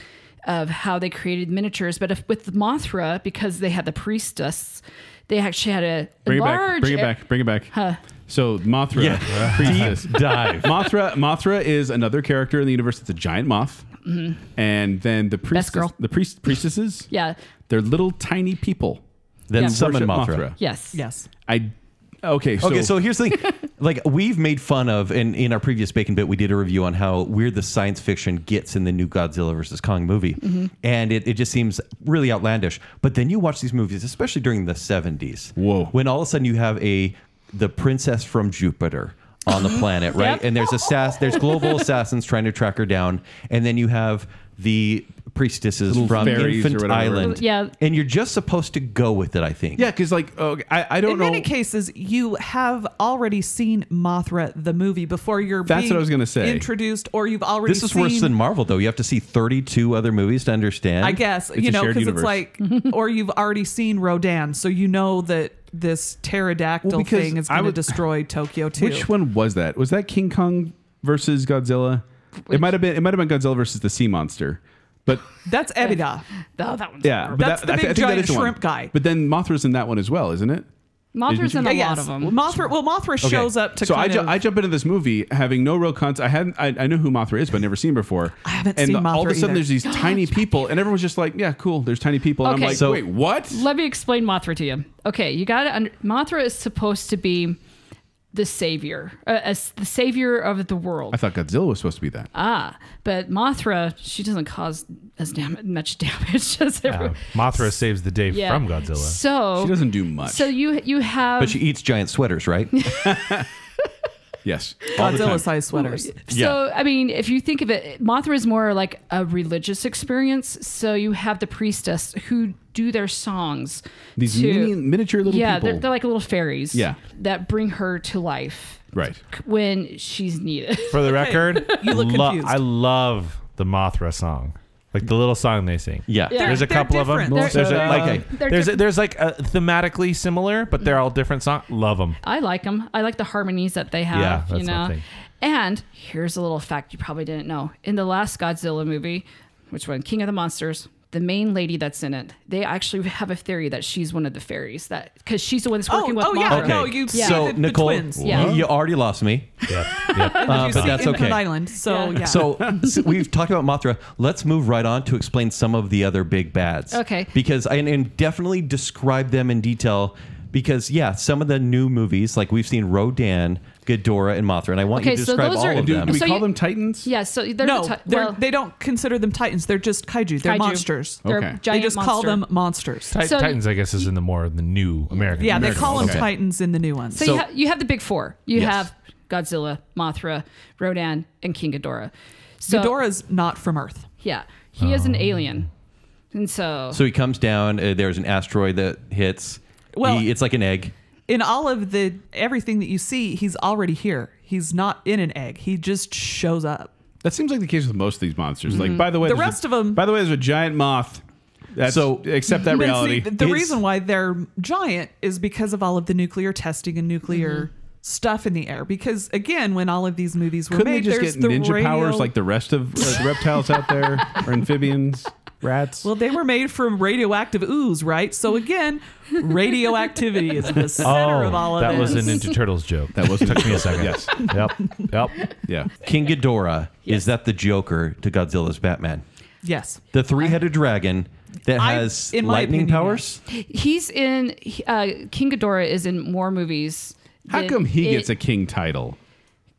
Speaker 6: of how they created miniatures. But if, with Mothra, because they had the priestess, they actually had a
Speaker 2: Bring it
Speaker 6: large.
Speaker 2: back. Bring it back. Bring it back. So Mothra,
Speaker 4: Yeah.
Speaker 2: priestess.
Speaker 4: Dive.
Speaker 2: Mothra, Mothra is another character in the universe. It's a giant moth, and then the priestess,
Speaker 6: Mm-hmm. girl.
Speaker 2: the priest, priestesses.
Speaker 6: Yeah.
Speaker 2: they're little tiny people.
Speaker 4: Then
Speaker 6: Yeah.
Speaker 4: summon
Speaker 2: Worship
Speaker 4: Mothra.
Speaker 6: Yes.
Speaker 5: yes.
Speaker 2: I okay. So,
Speaker 4: Okay, so here's the thing. like we've made fun of and in our previous bacon bit we did a review on how weird the science fiction gets in the new Godzilla versus Kong movie.
Speaker 2: Mm-hmm.
Speaker 4: And it, it just seems really outlandish. But then you watch these movies, especially during the 70s.
Speaker 2: Whoa.
Speaker 4: When all of a sudden you have a the princess from Jupiter on the planet, right? And there's assass there's global assassins trying to track her down. And then you have the priestesses
Speaker 2: Little
Speaker 4: from
Speaker 2: fairies or
Speaker 4: Infant
Speaker 2: whatever.
Speaker 4: Island.
Speaker 6: Yeah.
Speaker 4: And you're just supposed to go with it, I think.
Speaker 2: yeah, because like okay, I I don't
Speaker 5: in
Speaker 2: know.
Speaker 5: many cases, you have already seen Mothra the movie before you're.
Speaker 2: That's
Speaker 5: being
Speaker 2: what I was gonna say.
Speaker 5: Introduced, or you've already.
Speaker 4: This is
Speaker 5: seen,
Speaker 4: worse than Marvel, though. You have to see 32 other movies to understand.
Speaker 5: I guess
Speaker 2: a
Speaker 5: you know
Speaker 2: shared
Speaker 5: because it's
Speaker 2: universe.
Speaker 5: like, or you've already seen Rodan, so you know that this pterodactyl
Speaker 2: Well, because
Speaker 5: thing is
Speaker 2: I
Speaker 5: going to
Speaker 2: would-
Speaker 5: destroy Tokyo too.
Speaker 2: Which one was that? Was that King Kong versus Godzilla? It might have been. It might have been Godzilla versus the sea monster. But
Speaker 5: That's Ebida.
Speaker 6: Oh, that one's
Speaker 2: yeah, but
Speaker 5: That's
Speaker 2: that-
Speaker 5: the
Speaker 2: I thi-
Speaker 5: big
Speaker 2: I think that
Speaker 5: giant
Speaker 2: is the one.
Speaker 5: shrimp guy.
Speaker 2: But then Mothra's in that one as well, isn't it?
Speaker 6: Mothra's in
Speaker 5: Yeah,
Speaker 6: a
Speaker 5: yes.
Speaker 6: lot of them.
Speaker 5: Mothra. Well, Mothra shows up to.
Speaker 2: so I,
Speaker 5: kind
Speaker 2: ju-
Speaker 5: of,
Speaker 2: I jump into this movie having no real concept. I hadn't. I, I know who Mothra is, but I'd never seen before. I
Speaker 5: haven't
Speaker 2: and
Speaker 5: seen
Speaker 2: all of
Speaker 5: Mothra
Speaker 2: a sudden,
Speaker 5: either.
Speaker 2: there's these tiny people, and everyone's just like, "Yeah, cool." There's tiny people, and
Speaker 6: Okay.
Speaker 2: I'm like,
Speaker 6: So-
Speaker 2: "Wait, what?"
Speaker 6: Let me explain Mothra to you. Okay, you got to under- Mothra is supposed to be the savior, uh, as the savior of the world.
Speaker 2: I thought Godzilla was supposed to be that.
Speaker 6: ah, but Mothra, she doesn't cause as dam- much damage as
Speaker 3: Uh,
Speaker 6: everyone.
Speaker 3: Mothra saves the day
Speaker 6: Yeah.
Speaker 3: from Godzilla.
Speaker 6: So
Speaker 2: she doesn't do much.
Speaker 6: So you you have
Speaker 4: But she eats giant sweaters, right?
Speaker 2: yes, all the time.
Speaker 5: Godzilla sized sweaters.
Speaker 6: So, I mean, if you think of it, Mothra is more like a religious experience. So you have the priestess who do their songs.
Speaker 2: These
Speaker 6: to-
Speaker 2: mini, miniature little
Speaker 6: yeah,
Speaker 2: people.
Speaker 6: they're, they're like little fairies.
Speaker 2: Yeah.
Speaker 6: that bring her to life
Speaker 2: right.
Speaker 6: when she's needed.
Speaker 3: For the record,
Speaker 5: You look
Speaker 3: lo-
Speaker 5: confused.
Speaker 3: I love the Mothra song, like the little song they sing.
Speaker 4: Yeah.
Speaker 6: Yeah.
Speaker 3: There's a
Speaker 5: They're
Speaker 3: couple of them.
Speaker 5: different. They're-
Speaker 3: There's a, like
Speaker 4: Okay.
Speaker 6: They're
Speaker 3: there's a,
Speaker 6: different.
Speaker 3: there's like a thematically similar, but they're all different songs. Love them.
Speaker 6: I like them. I like the harmonies that they have.
Speaker 3: Yeah, that's
Speaker 6: you
Speaker 3: my
Speaker 6: know.
Speaker 3: thing.
Speaker 6: And here's a little fact you probably didn't know: in the last Godzilla movie, which one, King of the Monsters, the main lady that's in it, they actually have a theory that she's one of the fairies that because she's the one that's working
Speaker 5: Oh,
Speaker 6: with
Speaker 5: oh yeah.
Speaker 6: Mothra.
Speaker 5: No, you
Speaker 6: Yeah.
Speaker 5: see
Speaker 4: So,
Speaker 5: the, the
Speaker 4: Nicole,
Speaker 5: twins.
Speaker 6: Yeah.
Speaker 4: you already lost me. Uh,
Speaker 5: You
Speaker 4: but
Speaker 5: see
Speaker 4: that's
Speaker 5: Infant
Speaker 4: okay.
Speaker 5: Island. So
Speaker 6: Yeah.
Speaker 5: yeah.
Speaker 4: So, s- we've talked about Mothra. Let's move right on to explain some of the other big bads.
Speaker 6: Okay.
Speaker 4: Because and, and definitely describe them in detail. Because yeah, some of the new movies, like we've seen Rodan, Ghidorah, and Mothra, and I want
Speaker 6: Okay,
Speaker 4: you to
Speaker 6: so
Speaker 4: describe
Speaker 6: those
Speaker 4: all
Speaker 6: are-
Speaker 4: of
Speaker 2: Do,
Speaker 4: them.
Speaker 2: do we
Speaker 6: So
Speaker 2: call
Speaker 6: you-
Speaker 2: them Titans?
Speaker 6: Yeah, so they're
Speaker 5: no,
Speaker 6: the ti-
Speaker 5: they're,
Speaker 6: well,
Speaker 5: they don't consider them titans. They're just kaiju. They're
Speaker 6: kaiju.
Speaker 5: monsters.
Speaker 6: They're
Speaker 2: Okay. They
Speaker 5: They
Speaker 6: giant
Speaker 5: just call
Speaker 6: monster.
Speaker 5: them monsters.
Speaker 3: Ti-
Speaker 6: So-
Speaker 3: Titans, I guess, is in the more the new American.
Speaker 5: Yeah, they
Speaker 3: version.
Speaker 5: call them
Speaker 4: Okay.
Speaker 5: titans in the new ones.
Speaker 6: So,
Speaker 4: So-
Speaker 6: you, ha- you have the big four. You
Speaker 4: Yes.
Speaker 6: have Godzilla, Mothra, Rodan, and King Ghidorah. So
Speaker 5: Ghidorah's not from Earth.
Speaker 3: Oh.
Speaker 6: yeah, he is an alien. And so,
Speaker 4: So he comes down. Uh, there's an asteroid that hits.
Speaker 5: Well-
Speaker 4: He- it's like an egg.
Speaker 5: in all of the everything that you see, he's already here. He's not in an egg. He just shows up.
Speaker 2: That seems like the case with most of these monsters. Like, by the way,
Speaker 5: Mm-hmm. The
Speaker 2: there's a-
Speaker 5: rest of 'em-
Speaker 2: By the way, there's a giant moth. That's, so
Speaker 4: So-
Speaker 2: accept that
Speaker 5: And see,
Speaker 2: reality.
Speaker 5: th- the
Speaker 4: It's-
Speaker 5: reason why they're giant is because of all of the nuclear testing and nuclear stuff in the air. Because again, when all of these movies were
Speaker 2: Couldn't they
Speaker 5: made,
Speaker 2: just
Speaker 5: there's
Speaker 2: get
Speaker 5: the
Speaker 2: ninja
Speaker 5: radio-
Speaker 2: powers like the rest of uh, the reptiles out there, or amphibians, rats?
Speaker 5: Well, they were made from radioactive ooze, right? So again, radioactivity is the
Speaker 2: Oh,
Speaker 5: center of all of
Speaker 3: Oh, that
Speaker 5: this.
Speaker 3: was a Ninja Turtles joke.
Speaker 2: that was
Speaker 3: Took me a second.
Speaker 2: Yes.
Speaker 3: Yep. Yep.
Speaker 2: Yeah.
Speaker 4: King Ghidorah is that the Joker to Godzilla's Batman?
Speaker 5: yes.
Speaker 4: The three-headed dragon that
Speaker 5: I-
Speaker 4: has
Speaker 5: in my
Speaker 4: lightning
Speaker 5: opinion,
Speaker 4: powers.
Speaker 6: he's in he- uh, King Ghidorah is in more movies.
Speaker 2: How
Speaker 6: than
Speaker 2: come he
Speaker 6: it-
Speaker 2: gets a king title?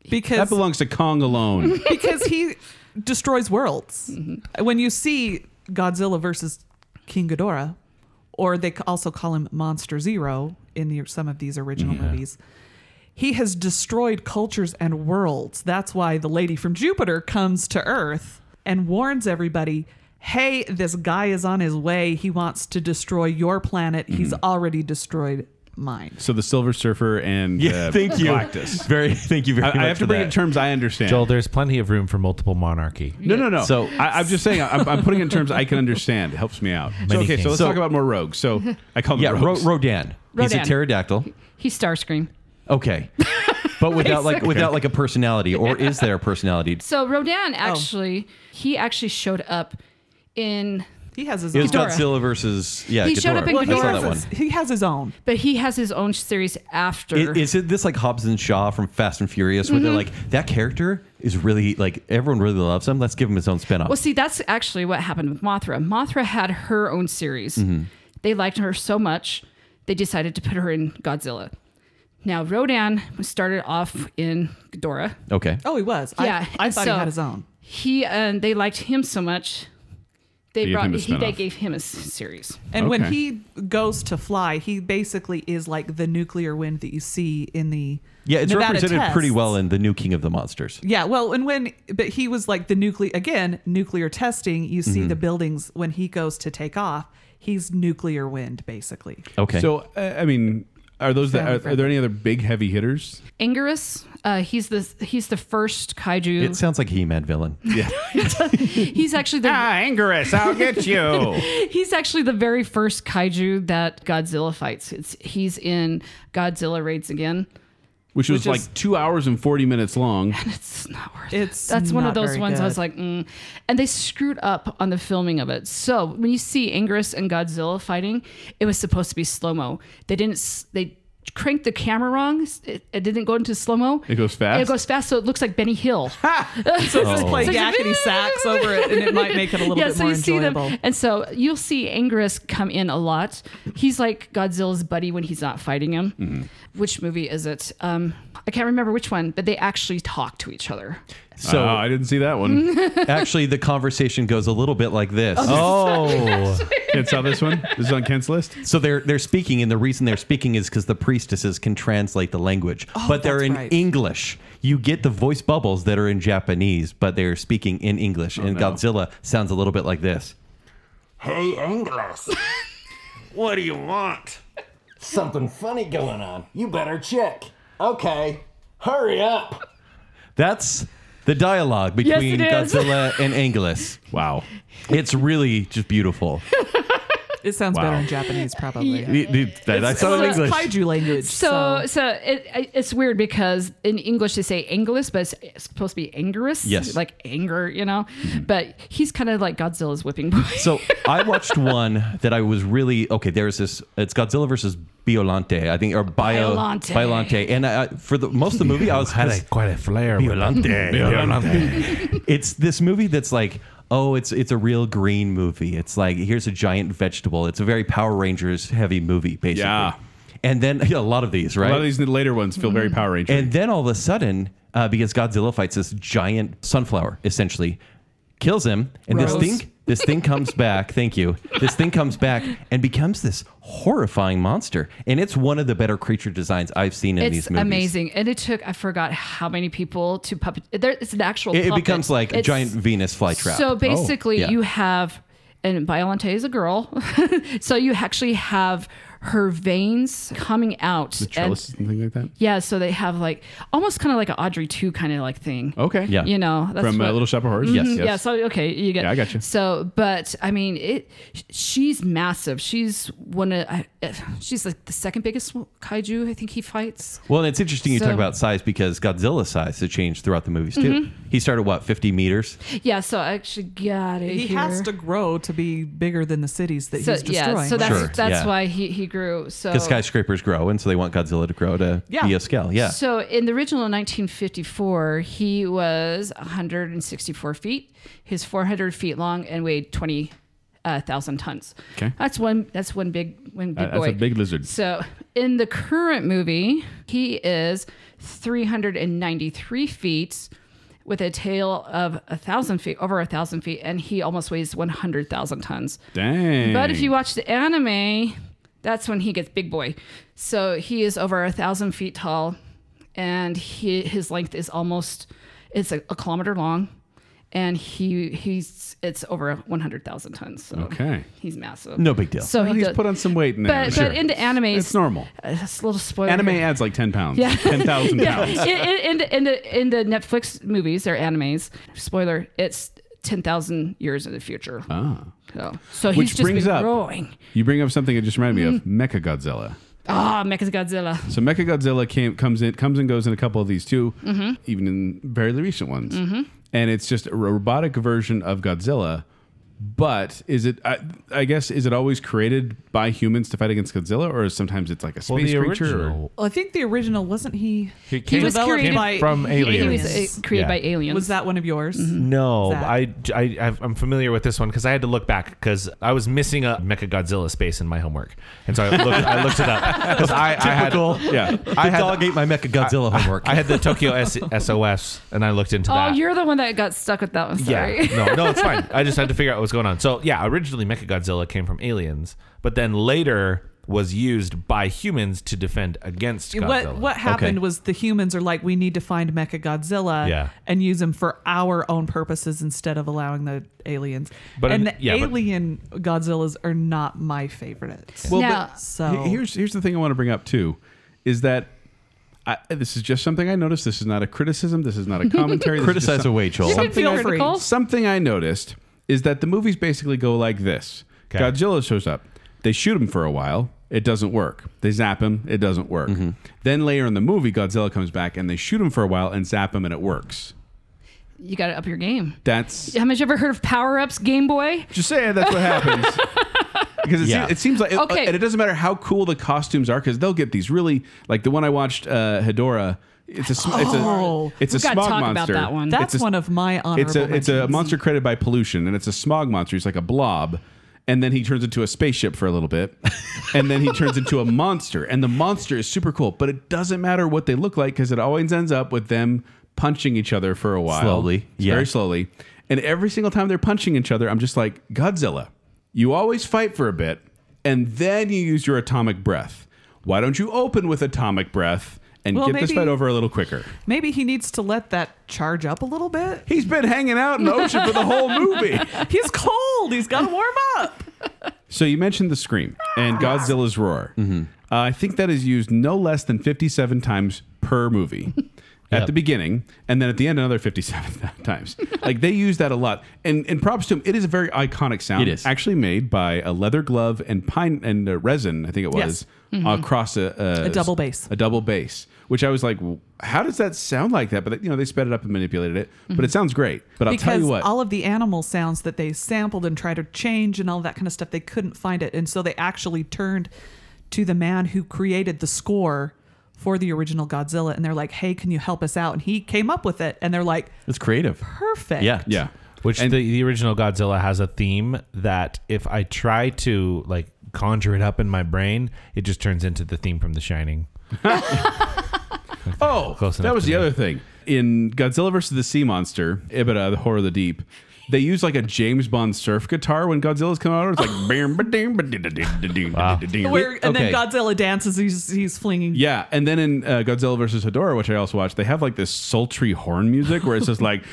Speaker 2: That
Speaker 5: Because
Speaker 2: belongs to Kong alone.
Speaker 5: because he destroys worlds.
Speaker 6: Mm-hmm.
Speaker 5: When you see Godzilla versus King Ghidorah, or they c- also call him Monster Zero in the, some of these original movies, he has destroyed cultures and worlds. That's why the lady from Jupiter comes to Earth and warns everybody. Hey, this guy is on his way. He wants to destroy your planet. He's
Speaker 4: Mm-hmm.
Speaker 5: already destroyed mine.
Speaker 2: So the Silver Surfer and
Speaker 4: Yeah,
Speaker 2: uh,
Speaker 4: thank you.
Speaker 2: Galactus.
Speaker 4: Very, thank you very
Speaker 2: I,
Speaker 4: much.
Speaker 2: I have
Speaker 4: for
Speaker 2: to bring it
Speaker 4: that.
Speaker 2: in terms I understand.
Speaker 3: Joel, there's plenty of room for multiple monarchy.
Speaker 2: no, no, no. So
Speaker 4: So-
Speaker 2: I, I'm just saying I'm, I'm putting it in terms I can understand. It helps me out. So,
Speaker 3: Many
Speaker 2: okay, so
Speaker 3: kings.
Speaker 2: let's
Speaker 4: So-
Speaker 2: talk about more rogues. So I call them
Speaker 4: Yeah, Ro-
Speaker 2: rogues.
Speaker 4: Rodan. He's a
Speaker 6: Rodan.
Speaker 4: pterodactyl.
Speaker 6: He's Starscream.
Speaker 4: Okay. But without like without like a personality, or is there a personality?
Speaker 6: So
Speaker 2: Oh.
Speaker 6: Rodan actually, he actually showed up in,
Speaker 5: He has his
Speaker 4: It
Speaker 5: own.
Speaker 4: was
Speaker 6: Ghidorah.
Speaker 4: Godzilla versus yeah.
Speaker 6: He
Speaker 4: Ghidorah.
Speaker 6: showed up in
Speaker 5: Well, he
Speaker 4: I saw
Speaker 6: Ghidorah.
Speaker 4: that one.
Speaker 5: has his, he has his own.
Speaker 6: but he has his own series after.
Speaker 4: I- Is it this like Hobbs and Shaw from Fast and Furious, where
Speaker 6: Mm-hmm.
Speaker 4: they're like that character is really like everyone really loves him. Let's give him his own spinoff.
Speaker 6: Well, see, that's actually what happened with Mothra. Mothra had her own series.
Speaker 2: Mm-hmm.
Speaker 6: They liked her so much, they decided to put her in Godzilla. Now, Rodan was started off in Ghidorah.
Speaker 4: okay.
Speaker 5: Oh, he was.
Speaker 6: Yeah,
Speaker 5: I, I thought
Speaker 6: so-
Speaker 5: he had his own.
Speaker 6: He and they liked him so much, they,
Speaker 2: They gave
Speaker 6: brought
Speaker 2: him a
Speaker 6: he, they
Speaker 2: spinoff.
Speaker 6: gave him a s- series.
Speaker 5: And when
Speaker 2: Okay.
Speaker 5: he goes to fly, he basically is like the nuclear wind that you see in the
Speaker 4: Yeah, it's
Speaker 5: Nevada
Speaker 4: represented pretty
Speaker 5: tests.
Speaker 4: well in the new King of the Monsters.
Speaker 5: Yeah, well, and when but he was like the nuclear again nuclear testing. You
Speaker 4: Mm-hmm.
Speaker 5: see the buildings when he goes to take off. He's nuclear wind basically.
Speaker 4: Okay. So
Speaker 2: So uh, I mean, are those the, are, are there any other big heavy hitters?
Speaker 6: Angerus, uh, he's the he's the first kaiju.
Speaker 4: it sounds like He-Man villain.
Speaker 6: he's actually the
Speaker 2: Ah! Angerus, I'll get you.
Speaker 6: He's actually the very first kaiju that Godzilla fights. It's he's in Godzilla Raids Again.
Speaker 2: Which was
Speaker 5: Which
Speaker 2: like
Speaker 5: is-
Speaker 2: two hours and forty minutes long.
Speaker 6: It's not worth it.
Speaker 5: It's
Speaker 6: That's one of
Speaker 5: not
Speaker 6: those
Speaker 5: very
Speaker 6: ones I was
Speaker 5: good.
Speaker 6: like, mm. and they screwed up on the filming of it. So when you see Ingress and Godzilla fighting, it was supposed to be slow mo. They didn't. s- They cranked the camera wrong. It, it didn't go into slow mo.
Speaker 2: It goes fast?
Speaker 6: It goes fast, so it looks like Benny Hill.
Speaker 5: So
Speaker 4: Oh.
Speaker 5: just play
Speaker 6: So it's like-
Speaker 5: yakety sax over it, and it might make it a little bit more enjoyable.
Speaker 6: them, and so you'll see Angerus come in a lot. He's like Godzilla's buddy when he's not fighting him.
Speaker 5: Mm-hmm.
Speaker 6: Which movie is it? Um, I can't remember which one, but they actually talk to each other.
Speaker 4: So
Speaker 2: Oh, I didn't see that one.
Speaker 4: actually, the conversation goes a little bit like this.
Speaker 3: Oh,
Speaker 2: Can't saw this one. This is on Kent's list.
Speaker 4: So they're they're speaking, and the reason they're speaking is because the priestesses can translate the language, but they're
Speaker 5: Oh, that's
Speaker 4: in
Speaker 5: right.
Speaker 4: English. You get the voice bubbles that are in Japanese, but they're speaking in English. and
Speaker 2: no.
Speaker 4: Godzilla sounds a little bit like this.
Speaker 7: Hey, Angelos. what do you want? Something funny going on. You better check. Okay, hurry up.
Speaker 4: That's the dialogue between
Speaker 6: it is.
Speaker 4: Godzilla and Angelus.
Speaker 2: Wow.
Speaker 4: It's really just beautiful.
Speaker 5: it sounds
Speaker 2: Wow.
Speaker 5: better in Japanese probably.
Speaker 4: It- it- that- I saw it in
Speaker 5: It's
Speaker 4: English.
Speaker 5: kaiju language.
Speaker 6: So, so, it, it- it's weird because in English they say Angerus, but it's, it's supposed to be Angerus.
Speaker 4: Yes. Mm-hmm.
Speaker 6: like anger, you know. But he's kind of like Godzilla's whipping boy.
Speaker 4: So I watched one that I was really okay. There's this. It's Godzilla versus Biolante, I think, or Bio,
Speaker 6: Biolante.
Speaker 4: Biolante. And I, for the most of the movie, I was
Speaker 3: had a, quite a flair. with that.
Speaker 4: it's this movie that's like, oh, it's it's a real green movie. It's like here's a giant vegetable. It's a very Power Rangers heavy movie, basically.
Speaker 2: Yeah.
Speaker 4: And then yeah, a lot of these, right? Mm-hmm.
Speaker 2: A lot of these later ones feel very Power Ranger.
Speaker 4: And then all of a sudden, uh, because Godzilla fights this giant sunflower, essentially, kills him, and
Speaker 6: Rose.
Speaker 4: this thing this thing comes back. Thank you. This thing comes back and becomes this horrifying monster. And it's one of the better creature designs I've seen in
Speaker 6: It's
Speaker 4: these movies.
Speaker 6: amazing, and it took I forgot how many people to puppet. There, it's an actual.
Speaker 4: It, it
Speaker 6: puppet.
Speaker 4: becomes like a
Speaker 6: It's-
Speaker 4: giant Venus flytrap. Oh,
Speaker 6: So basically,
Speaker 4: yeah.
Speaker 6: you have and Violante is a girl, so you actually have her veins coming out.
Speaker 2: The trellis and thing like that.
Speaker 6: yeah, so they have like almost kind of like an Audrey two kind of like thing.
Speaker 2: Okay.
Speaker 4: Yeah.
Speaker 6: you know that's
Speaker 2: From uh,
Speaker 6: what-
Speaker 2: Little Shop of Horrors.
Speaker 6: Mhm, Yeah. So okay, you get.
Speaker 2: Yeah, I got you.
Speaker 6: So, but I mean, it. sh- She's massive. She's one of. I- uh, She's like the second biggest kaiju. I think he fights.
Speaker 4: Well, and it's interesting you
Speaker 6: So-
Speaker 4: talk about size because Godzilla's size has changed throughout the movies too.
Speaker 6: Mm-hmm.
Speaker 4: He started what, 50 meters?
Speaker 6: Yeah. So I actually got it.
Speaker 5: He
Speaker 6: here.
Speaker 5: has to grow to be bigger than the cities that
Speaker 6: So
Speaker 5: he's destroying.
Speaker 6: yeah. So that's
Speaker 4: Sure,
Speaker 6: that's
Speaker 4: yeah.
Speaker 6: why he he grew. So
Speaker 4: Because skyscrapers grow, and so they want Godzilla to grow to
Speaker 5: Yeah.
Speaker 4: be a scale. Yeah.
Speaker 6: So in the original 1954, he was 164 feet. He's 400 feet long and weighed 20 uh, thousand tons.
Speaker 2: Okay.
Speaker 6: that's one. That's one big one big
Speaker 2: That- that's
Speaker 6: boy.
Speaker 2: a big lizard.
Speaker 6: So in the current movie, he is 393 feet. With a tail of a thousand feet, over a thousand feet, and he almost weighs one hundred thousand tons.
Speaker 2: Dang.
Speaker 6: But if you watch the anime, that's when he gets big boy. So he is over a thousand feet tall, and he his length is almost it's a, a kilometer long, and he he's it's over one hundred thousand tons. So
Speaker 2: Okay.
Speaker 6: he's massive.
Speaker 4: No big deal.
Speaker 6: So
Speaker 2: Well,
Speaker 6: he
Speaker 2: he's
Speaker 6: does-
Speaker 2: put on some weight in there.
Speaker 6: But
Speaker 2: Sure.
Speaker 6: but in the anime,
Speaker 2: it's normal.
Speaker 6: Uh, it's a little spoiler.
Speaker 2: Anime
Speaker 6: here.
Speaker 2: adds like 10 pounds. 10,000
Speaker 6: Yeah,
Speaker 2: pounds.
Speaker 6: in, in, in the in the in the Netflix movies, they're animes. Spoiler: It's ten thousand years in the future.
Speaker 2: Ah.
Speaker 6: So, so he's
Speaker 2: Which
Speaker 6: just
Speaker 2: brings
Speaker 6: been
Speaker 2: up-
Speaker 6: growing.
Speaker 2: You bring up something that just reminded me of Mecha Godzilla.
Speaker 6: Ah, Mechagodzilla.
Speaker 2: So Mecha Godzilla came, comes in, comes and goes in a couple of these too, even in very recent ones. And it's just a robotic version of Godzilla. But is it? I, I guess is it always created by humans to fight against Godzilla, or is sometimes it's like a
Speaker 3: Well,
Speaker 2: space
Speaker 3: the
Speaker 2: creature? or-
Speaker 3: original-
Speaker 5: Well, I think the original wasn't he?
Speaker 3: He came-
Speaker 6: was
Speaker 5: developed
Speaker 6: created
Speaker 5: by-
Speaker 3: from
Speaker 6: He
Speaker 3: aliens.
Speaker 6: was uh, created
Speaker 3: Yeah.
Speaker 6: by aliens.
Speaker 5: Was that one of yours?
Speaker 3: Mm-hmm. No,
Speaker 5: Zach.
Speaker 3: I, I I've- I'm familiar with this one because I had to look back because I was missing a Mecha Godzilla space in my homework, and so I looked, I looked it up. 'Cause I, I had
Speaker 4: Typical.
Speaker 2: Yeah.
Speaker 3: I
Speaker 4: I
Speaker 3: had-
Speaker 4: dog ate my Mecha Godzilla homework.
Speaker 3: I had the Tokyo S- SOS, and I looked into
Speaker 6: Oh,
Speaker 3: that.
Speaker 6: you're the one that got stuck with that one. Sorry.
Speaker 3: Yeah, no, no, it's fine. I just had to figure out what was going on. So yeah, originally Mechagodzilla came from aliens, but then later was used by humans to defend against Godzilla.
Speaker 5: What what happened
Speaker 4: Okay.
Speaker 5: was the humans are like, we need to find Mecha Godzilla
Speaker 3: Yeah.
Speaker 5: and use him for our own purposes instead of allowing the aliens.
Speaker 3: But,
Speaker 5: and
Speaker 3: um,
Speaker 5: the
Speaker 3: yeah, but-
Speaker 5: alien Godzillas are not my favorites.
Speaker 2: Well,
Speaker 6: Now-
Speaker 2: but
Speaker 5: So-
Speaker 2: he- here's here's the thing I want to bring up too, is that I, this is just something I noticed. This is not a criticism. This is not a commentary. This is just
Speaker 4: Criticize
Speaker 2: some-
Speaker 4: away, Joel.
Speaker 6: You can
Speaker 5: Something
Speaker 6: feel
Speaker 5: I-
Speaker 6: critical.
Speaker 2: Something I noticed is that the movies basically go like this:
Speaker 3: Okay.
Speaker 2: Godzilla shows up, they shoot him for a while, it doesn't work. They zap him, it doesn't work. Then later in the movie, Godzilla comes back and they shoot him for a while and zap him and it works.
Speaker 6: You got to up your game.
Speaker 2: That's
Speaker 6: How much you ever heard of Power Ups Game Boy?
Speaker 2: just saying that's what happens. Because it,
Speaker 4: Yeah.
Speaker 2: seems, it seems like,
Speaker 6: Okay.
Speaker 2: and it doesn't matter how cool the costumes are, because they'll get these really like the one I watched, uh, Hedora. It's a sm-
Speaker 5: Oh.
Speaker 2: it's a it's a
Speaker 6: We gotta
Speaker 2: smog
Speaker 6: talk about
Speaker 2: monster.
Speaker 6: that one.
Speaker 5: That's
Speaker 2: It's a-
Speaker 5: one of my honorable
Speaker 2: It's a it's a
Speaker 5: mentions.
Speaker 2: monster created by pollution, and it's a smog monster. He's like a blob, and then he turns into a spaceship for a little bit, and then he turns into a monster. And the monster is super cool, but it doesn't matter what they look like because it always ends up with them punching each other for a while,
Speaker 4: Slowly,
Speaker 2: It's
Speaker 4: yeah.
Speaker 2: very slowly. And every single time they're punching each other, I'm just like Godzilla. You always fight for a bit, and then you use your atomic breath. Why don't you open with atomic breath and
Speaker 5: Well,
Speaker 2: get this
Speaker 5: maybe-
Speaker 2: fight over a little quicker?
Speaker 5: Maybe he needs to let that charge up a little bit.
Speaker 2: He's been hanging out in the ocean for the whole movie.
Speaker 5: He's cold. He's got to warm up.
Speaker 2: So you mentioned the scream and Godzilla's roar.
Speaker 4: Mm-hmm.
Speaker 2: Uh, I think that is used no less than 57 times per movie. At
Speaker 3: Yep.
Speaker 2: the beginning, and then at the end, another 57 times. Like they use that a lot. And, and props to him, it is a very iconic sound.
Speaker 4: It is.
Speaker 2: Actually made by a leather glove and pine and uh, resin, I think it was, across a,
Speaker 5: Mm-hmm. A double bass.
Speaker 2: A double bass, which I was like, "W- how does that sound like that? But, you know, they sped it up and manipulated it. But it sounds great. But I'll tell
Speaker 5: Mm-hmm. because
Speaker 2: you what.
Speaker 5: all of the animal sounds that they sampled and tried to change and all that kind of stuff, they couldn't find it, and so they actually turned to the man who created the score for the original Godzilla, and they're like, "Hey, can you help us out?" And he came up with it, and they're like,
Speaker 4: it's creative.
Speaker 5: "Perfect."
Speaker 4: Yeah.
Speaker 2: yeah.
Speaker 3: Which the, the original Godzilla has a theme that if I try to like conjure it up in my brain, it just turns into the theme from The Shining.
Speaker 2: Oh,
Speaker 3: Close
Speaker 2: that
Speaker 3: enough
Speaker 2: was
Speaker 3: to
Speaker 2: the
Speaker 3: me.
Speaker 2: other thing. In Godzilla vs. the Sea Monster, Ibida, the Horror of the Deep, they use like a James Bond surf guitar when Godzilla's coming out. It's like bam, ba, ding, ba, ding, da, ding, da, ding, da, da, ding.
Speaker 5: Where and
Speaker 4: okay.
Speaker 5: then Godzilla dances. He's he's flinging.
Speaker 2: Yeah, and then in uh, Godzilla vs. Hedorah, which I also watched, they have like this sultry horn music where it's just like.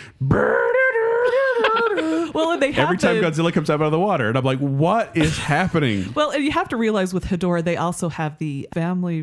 Speaker 5: Well, they have
Speaker 2: Every time
Speaker 5: the-
Speaker 2: Godzilla comes up out of the water, and I'm like, what is happening?
Speaker 5: Well, and you have to realize with Hedorah, they also have the family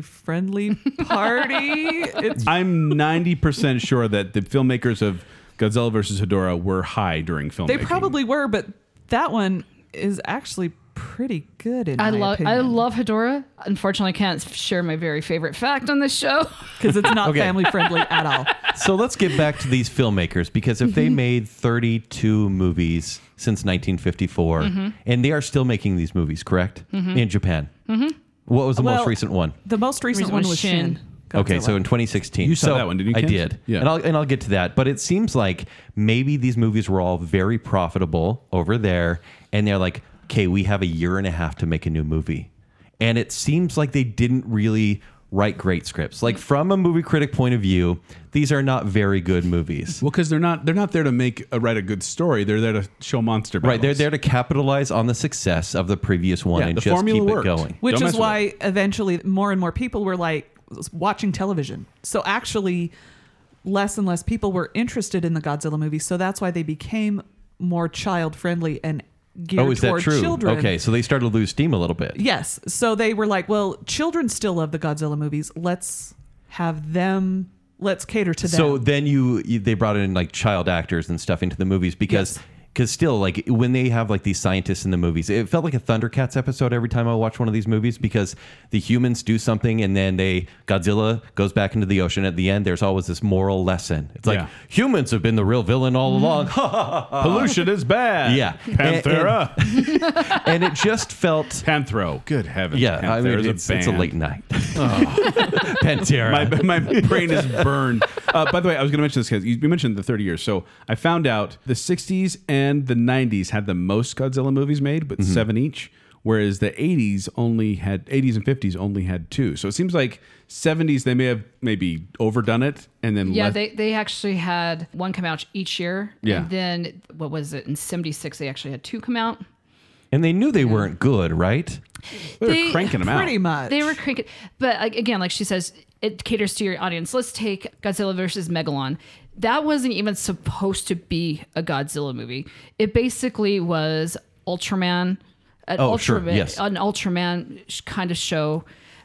Speaker 5: friendly party. It's
Speaker 2: I'm 90% sure that the filmmakers of Godzilla versus Hedorah were high during filmmaking.
Speaker 5: they probably were, but that one is actually pretty good in
Speaker 6: I
Speaker 5: my
Speaker 6: love I
Speaker 5: opinion.
Speaker 6: love Hedorah. Unfortunately, I can't share my very favorite fact on this show.
Speaker 5: because it's not
Speaker 4: Okay.
Speaker 5: family friendly at all.
Speaker 4: So let's get back to these filmmakers because if they made 32 movies since 1954 and they are still making these movies, correct? In Japan. What was the
Speaker 5: Well,
Speaker 4: most recent one?
Speaker 5: The most recent
Speaker 6: Recent
Speaker 5: one
Speaker 6: was
Speaker 5: was Shin.
Speaker 4: Okay,
Speaker 5: Godzilla.
Speaker 4: so in 2016.
Speaker 2: You saw
Speaker 4: So
Speaker 2: that one, didn't you,
Speaker 4: I
Speaker 2: Kent?
Speaker 4: did.
Speaker 2: Yeah.
Speaker 4: Yeah. And I'll, and I'll get to that. But it seems like maybe these movies were all very profitable over there. And they're like, okay, we have a year and a half to make a new movie. And it seems like they didn't really write great scripts. Like, from a movie critic point of view, these are not very good movies.
Speaker 2: Well, because they're not they're not there to make uh, write a good story. They're there to show monster.
Speaker 4: Right, they're
Speaker 2: battles.
Speaker 4: there to capitalize on the success of the previous one
Speaker 2: Yeah,
Speaker 4: and
Speaker 2: the
Speaker 4: just
Speaker 2: formula
Speaker 4: keep
Speaker 2: worked.
Speaker 4: it going.
Speaker 5: Which
Speaker 2: Don't mess
Speaker 5: is
Speaker 2: with
Speaker 5: why eventually more and more people were like watching television. So actually, less and less people were interested in the Godzilla movie. So that's why they became more child friendly and geared
Speaker 4: Oh, is that
Speaker 5: toward
Speaker 4: true?
Speaker 5: children.
Speaker 4: Okay, so they started to lose steam a little bit.
Speaker 5: Yes. So they were like, well, children still love the Godzilla movies. Let's have them. Let's cater to them.
Speaker 4: So then you, you they brought in like child actors and stuff into the movies because because still like when they have like these scientists in the movies, it felt like a Thundercats episode every time I watch one of these movies because the humans do something and then they Godzilla goes back into the ocean. At the end, there's always this moral lesson. It's like
Speaker 2: Yeah. Mm-hmm.
Speaker 4: humans have been the real villain all along.
Speaker 2: pollution is bad.
Speaker 4: Yeah.
Speaker 2: Panthera,
Speaker 4: and it just felt
Speaker 2: Panthro. Good heavens.
Speaker 4: yeah. I mean,
Speaker 2: Panthera's
Speaker 4: it's, it's a
Speaker 2: band. Oh.
Speaker 4: late night. Pantera.
Speaker 2: My, my brain is burned. Uh, by the way, I was going to mention this because you you mentioned the 30 years. So I found out the 60s and the 90s had the most Godzilla movies made, but seven each, whereas the 80s only had 80s and 50s only had two. So it seems like 70s they may have maybe overdone it and then
Speaker 6: Yeah,
Speaker 2: left-
Speaker 6: they, they actually had one come out each year.
Speaker 2: Yeah.
Speaker 6: And then what was it in '76? They actually had two come out.
Speaker 4: and they knew they weren't good, right?
Speaker 2: they were
Speaker 6: they-
Speaker 2: cranking them out.
Speaker 5: pretty much.
Speaker 6: They were cranking, but like, again, like she says, it caters to your audience. Let's take Godzilla versus Megalon. That wasn't even supposed to be a Godzilla movie. It basically was Ultraman, an
Speaker 4: Oh,
Speaker 6: Ultraman,
Speaker 4: sure, yes.
Speaker 6: an Ultraman sh- kind of show,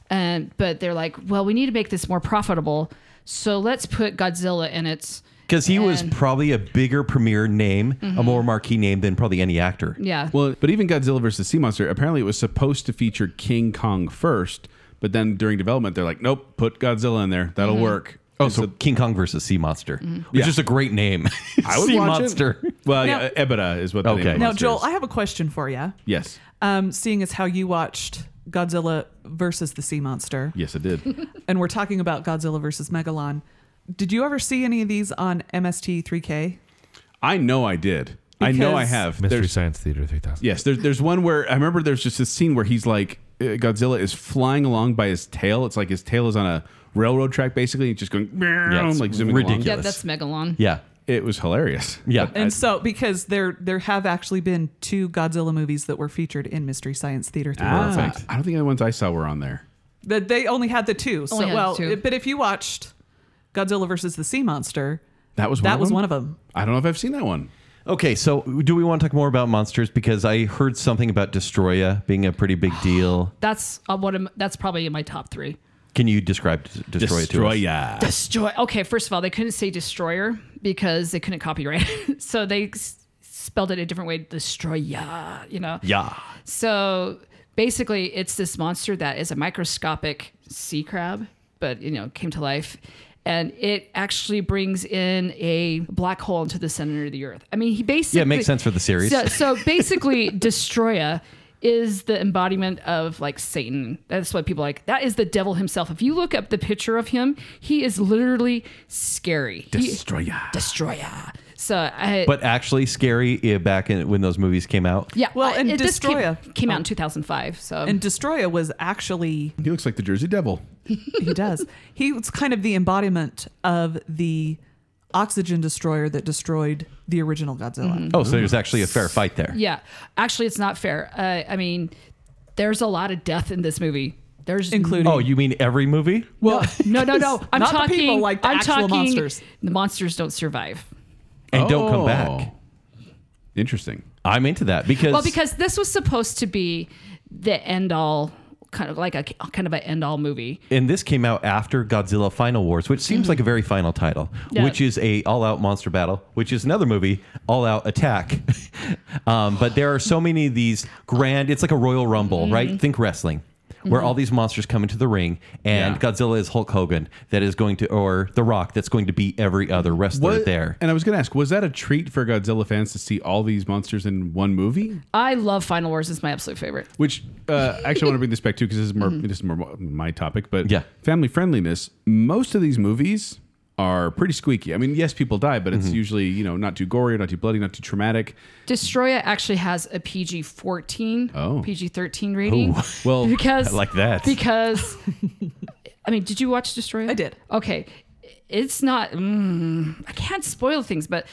Speaker 6: and but they're like, well, we need to make this more profitable, so let's put Godzilla in it.
Speaker 4: Because he was
Speaker 6: And- Mm-hmm.
Speaker 4: probably a bigger premier name, a more marquee name than probably any actor.
Speaker 6: Yeah.
Speaker 2: Well, but even Godzilla versus Sea Monster, apparently it was supposed to feature King Kong first, but then during development they're like, nope, put Godzilla in there.
Speaker 5: Mm-hmm.
Speaker 2: That'll work.
Speaker 4: Oh,
Speaker 2: And
Speaker 4: so King Kong versus Sea Monster,
Speaker 6: Mm-hmm.
Speaker 4: which
Speaker 2: Yeah.
Speaker 4: is a great name.
Speaker 2: I would
Speaker 4: sea
Speaker 2: watch it.
Speaker 4: Monster.
Speaker 2: Well,
Speaker 5: Now-
Speaker 2: yeah, Ebida is what. The
Speaker 4: Okay.
Speaker 2: name of the
Speaker 5: now,
Speaker 2: monster
Speaker 5: Joel,
Speaker 2: is.
Speaker 5: I have a question for you.
Speaker 2: yes,
Speaker 5: Um, seeing as how you watched Godzilla versus the Sea Monster,
Speaker 2: yes, it did.
Speaker 5: and we're talking about Godzilla versus Megalon, did you ever see any of these on MST3K?
Speaker 2: I know I did. I know I
Speaker 5: Because-
Speaker 2: have.
Speaker 3: Mystery
Speaker 2: There's-
Speaker 3: Science Theater 3000.
Speaker 2: yes, there's there's one where I remember there's just this scene where he's like uh, Godzilla is flying along by his tail. It's like his tail is on a railroad track basically. He's just going meow,
Speaker 4: it's
Speaker 2: like zooming
Speaker 4: ridiculous.
Speaker 6: yeah,
Speaker 2: along.
Speaker 4: yes.
Speaker 6: that's Megalon.
Speaker 4: Yeah.
Speaker 2: It was hilarious.
Speaker 4: Yeah.
Speaker 2: But I-
Speaker 5: And so, because there there have actually been two Godzilla movies that were featured in Mystery Science Theater 3.
Speaker 2: Ah, I don't think the ones I saw were on there.
Speaker 5: That they only had the two. So
Speaker 6: Only had
Speaker 5: well,
Speaker 6: the two.
Speaker 5: it- but if you watched Godzilla versus the Sea Monster,
Speaker 2: That was one
Speaker 5: that
Speaker 2: of
Speaker 5: was
Speaker 2: them?
Speaker 5: one of them.
Speaker 2: I don't know if I've seen that one.
Speaker 4: Okay, so do we want to talk more about monsters? Because I heard something about Destroya being a pretty big deal.
Speaker 6: That's uh, one of m- that's probably in my top three.
Speaker 4: Can you describe Des- Destroya to us?
Speaker 2: Destroyer.
Speaker 6: Destroy. Okay, first of all, they couldn't say destroyer because they couldn't copyright, it. so they s- spelled it a different way. Destroyer, you know.
Speaker 4: Yeah.
Speaker 6: So basically, it's this monster that is a microscopic sea crab, but you know, came to life. And it actually brings in a black hole into the center of the earth. I mean, he basically
Speaker 4: Yeah, it makes sense for the series.
Speaker 6: So, so basically, Destroya is the embodiment of like Satan. That's what people like. That is the devil himself. If you look up the picture of him, he is literally scary. He-
Speaker 2: Destroyer.
Speaker 6: Destroya. So I.
Speaker 4: But actually scary eh, back in, when those movies came out.
Speaker 6: yeah,
Speaker 5: Well,
Speaker 6: I-
Speaker 5: and
Speaker 6: it- this came- came,
Speaker 5: Destroya- Um,
Speaker 6: out in 2005. So
Speaker 5: And Destroya was actually
Speaker 2: He looks like the Jersey Devil.
Speaker 5: he does. He was kind of the embodiment of the oxygen destroyer that destroyed the original Godzilla.
Speaker 6: Mm-hmm.
Speaker 4: Oh, so there's actually a fair fight there.
Speaker 6: yeah, actually, it's not fair. Uh, I mean, there's a lot of death in this movie. There's
Speaker 5: Including
Speaker 4: Oh, you mean every movie?
Speaker 6: well, no, no, no. I'm
Speaker 5: Not the
Speaker 6: talking
Speaker 5: people, like the
Speaker 6: I'm
Speaker 5: actual
Speaker 6: talking,
Speaker 5: monsters.
Speaker 6: The monsters don't survive.
Speaker 4: And don't come
Speaker 2: Oh.
Speaker 4: back.
Speaker 2: Interesting.
Speaker 4: I'm into that because
Speaker 6: Well, because this was supposed to be the end all kind of like a kind of an end all movie.
Speaker 4: and this came out after Godzilla Final Wars, which seems like a very final title,
Speaker 6: Mm-hmm. Yeah.
Speaker 4: which is a all-out monster battle, which is another movie, all-out attack. um, but there are so many of these grand. It's like a Royal Rumble,
Speaker 6: Mm-hmm.
Speaker 4: right? Think wrestling. Where all these monsters come into the ring, and
Speaker 2: Yeah.
Speaker 4: Godzilla is Hulk Hogan that is going to, or The Rock that's going to beat every other wrestler
Speaker 2: What-
Speaker 4: there.
Speaker 2: And I was going to ask, was that a treat for Godzilla fans to see all these monsters in one movie?
Speaker 6: I love Final Wars. It's my absolute favorite.
Speaker 2: Which uh, actually, I want to bring this back too because this is more
Speaker 5: Mm-hmm.
Speaker 2: this is more my topic. But
Speaker 4: Yeah.
Speaker 2: family friendliness. Most of these movies are pretty squeaky. I mean, yes, people die, but it's usually you know not too gory, not too bloody, not too traumatic.
Speaker 6: Destroya actually has a PG fourteen,
Speaker 2: Oh.
Speaker 6: PG thirteen rating.
Speaker 2: Well,
Speaker 6: because
Speaker 4: I like that.
Speaker 6: Because I mean, did you watch Destroya?
Speaker 5: I did.
Speaker 6: Okay, it's not. Mm, I can't spoil things, but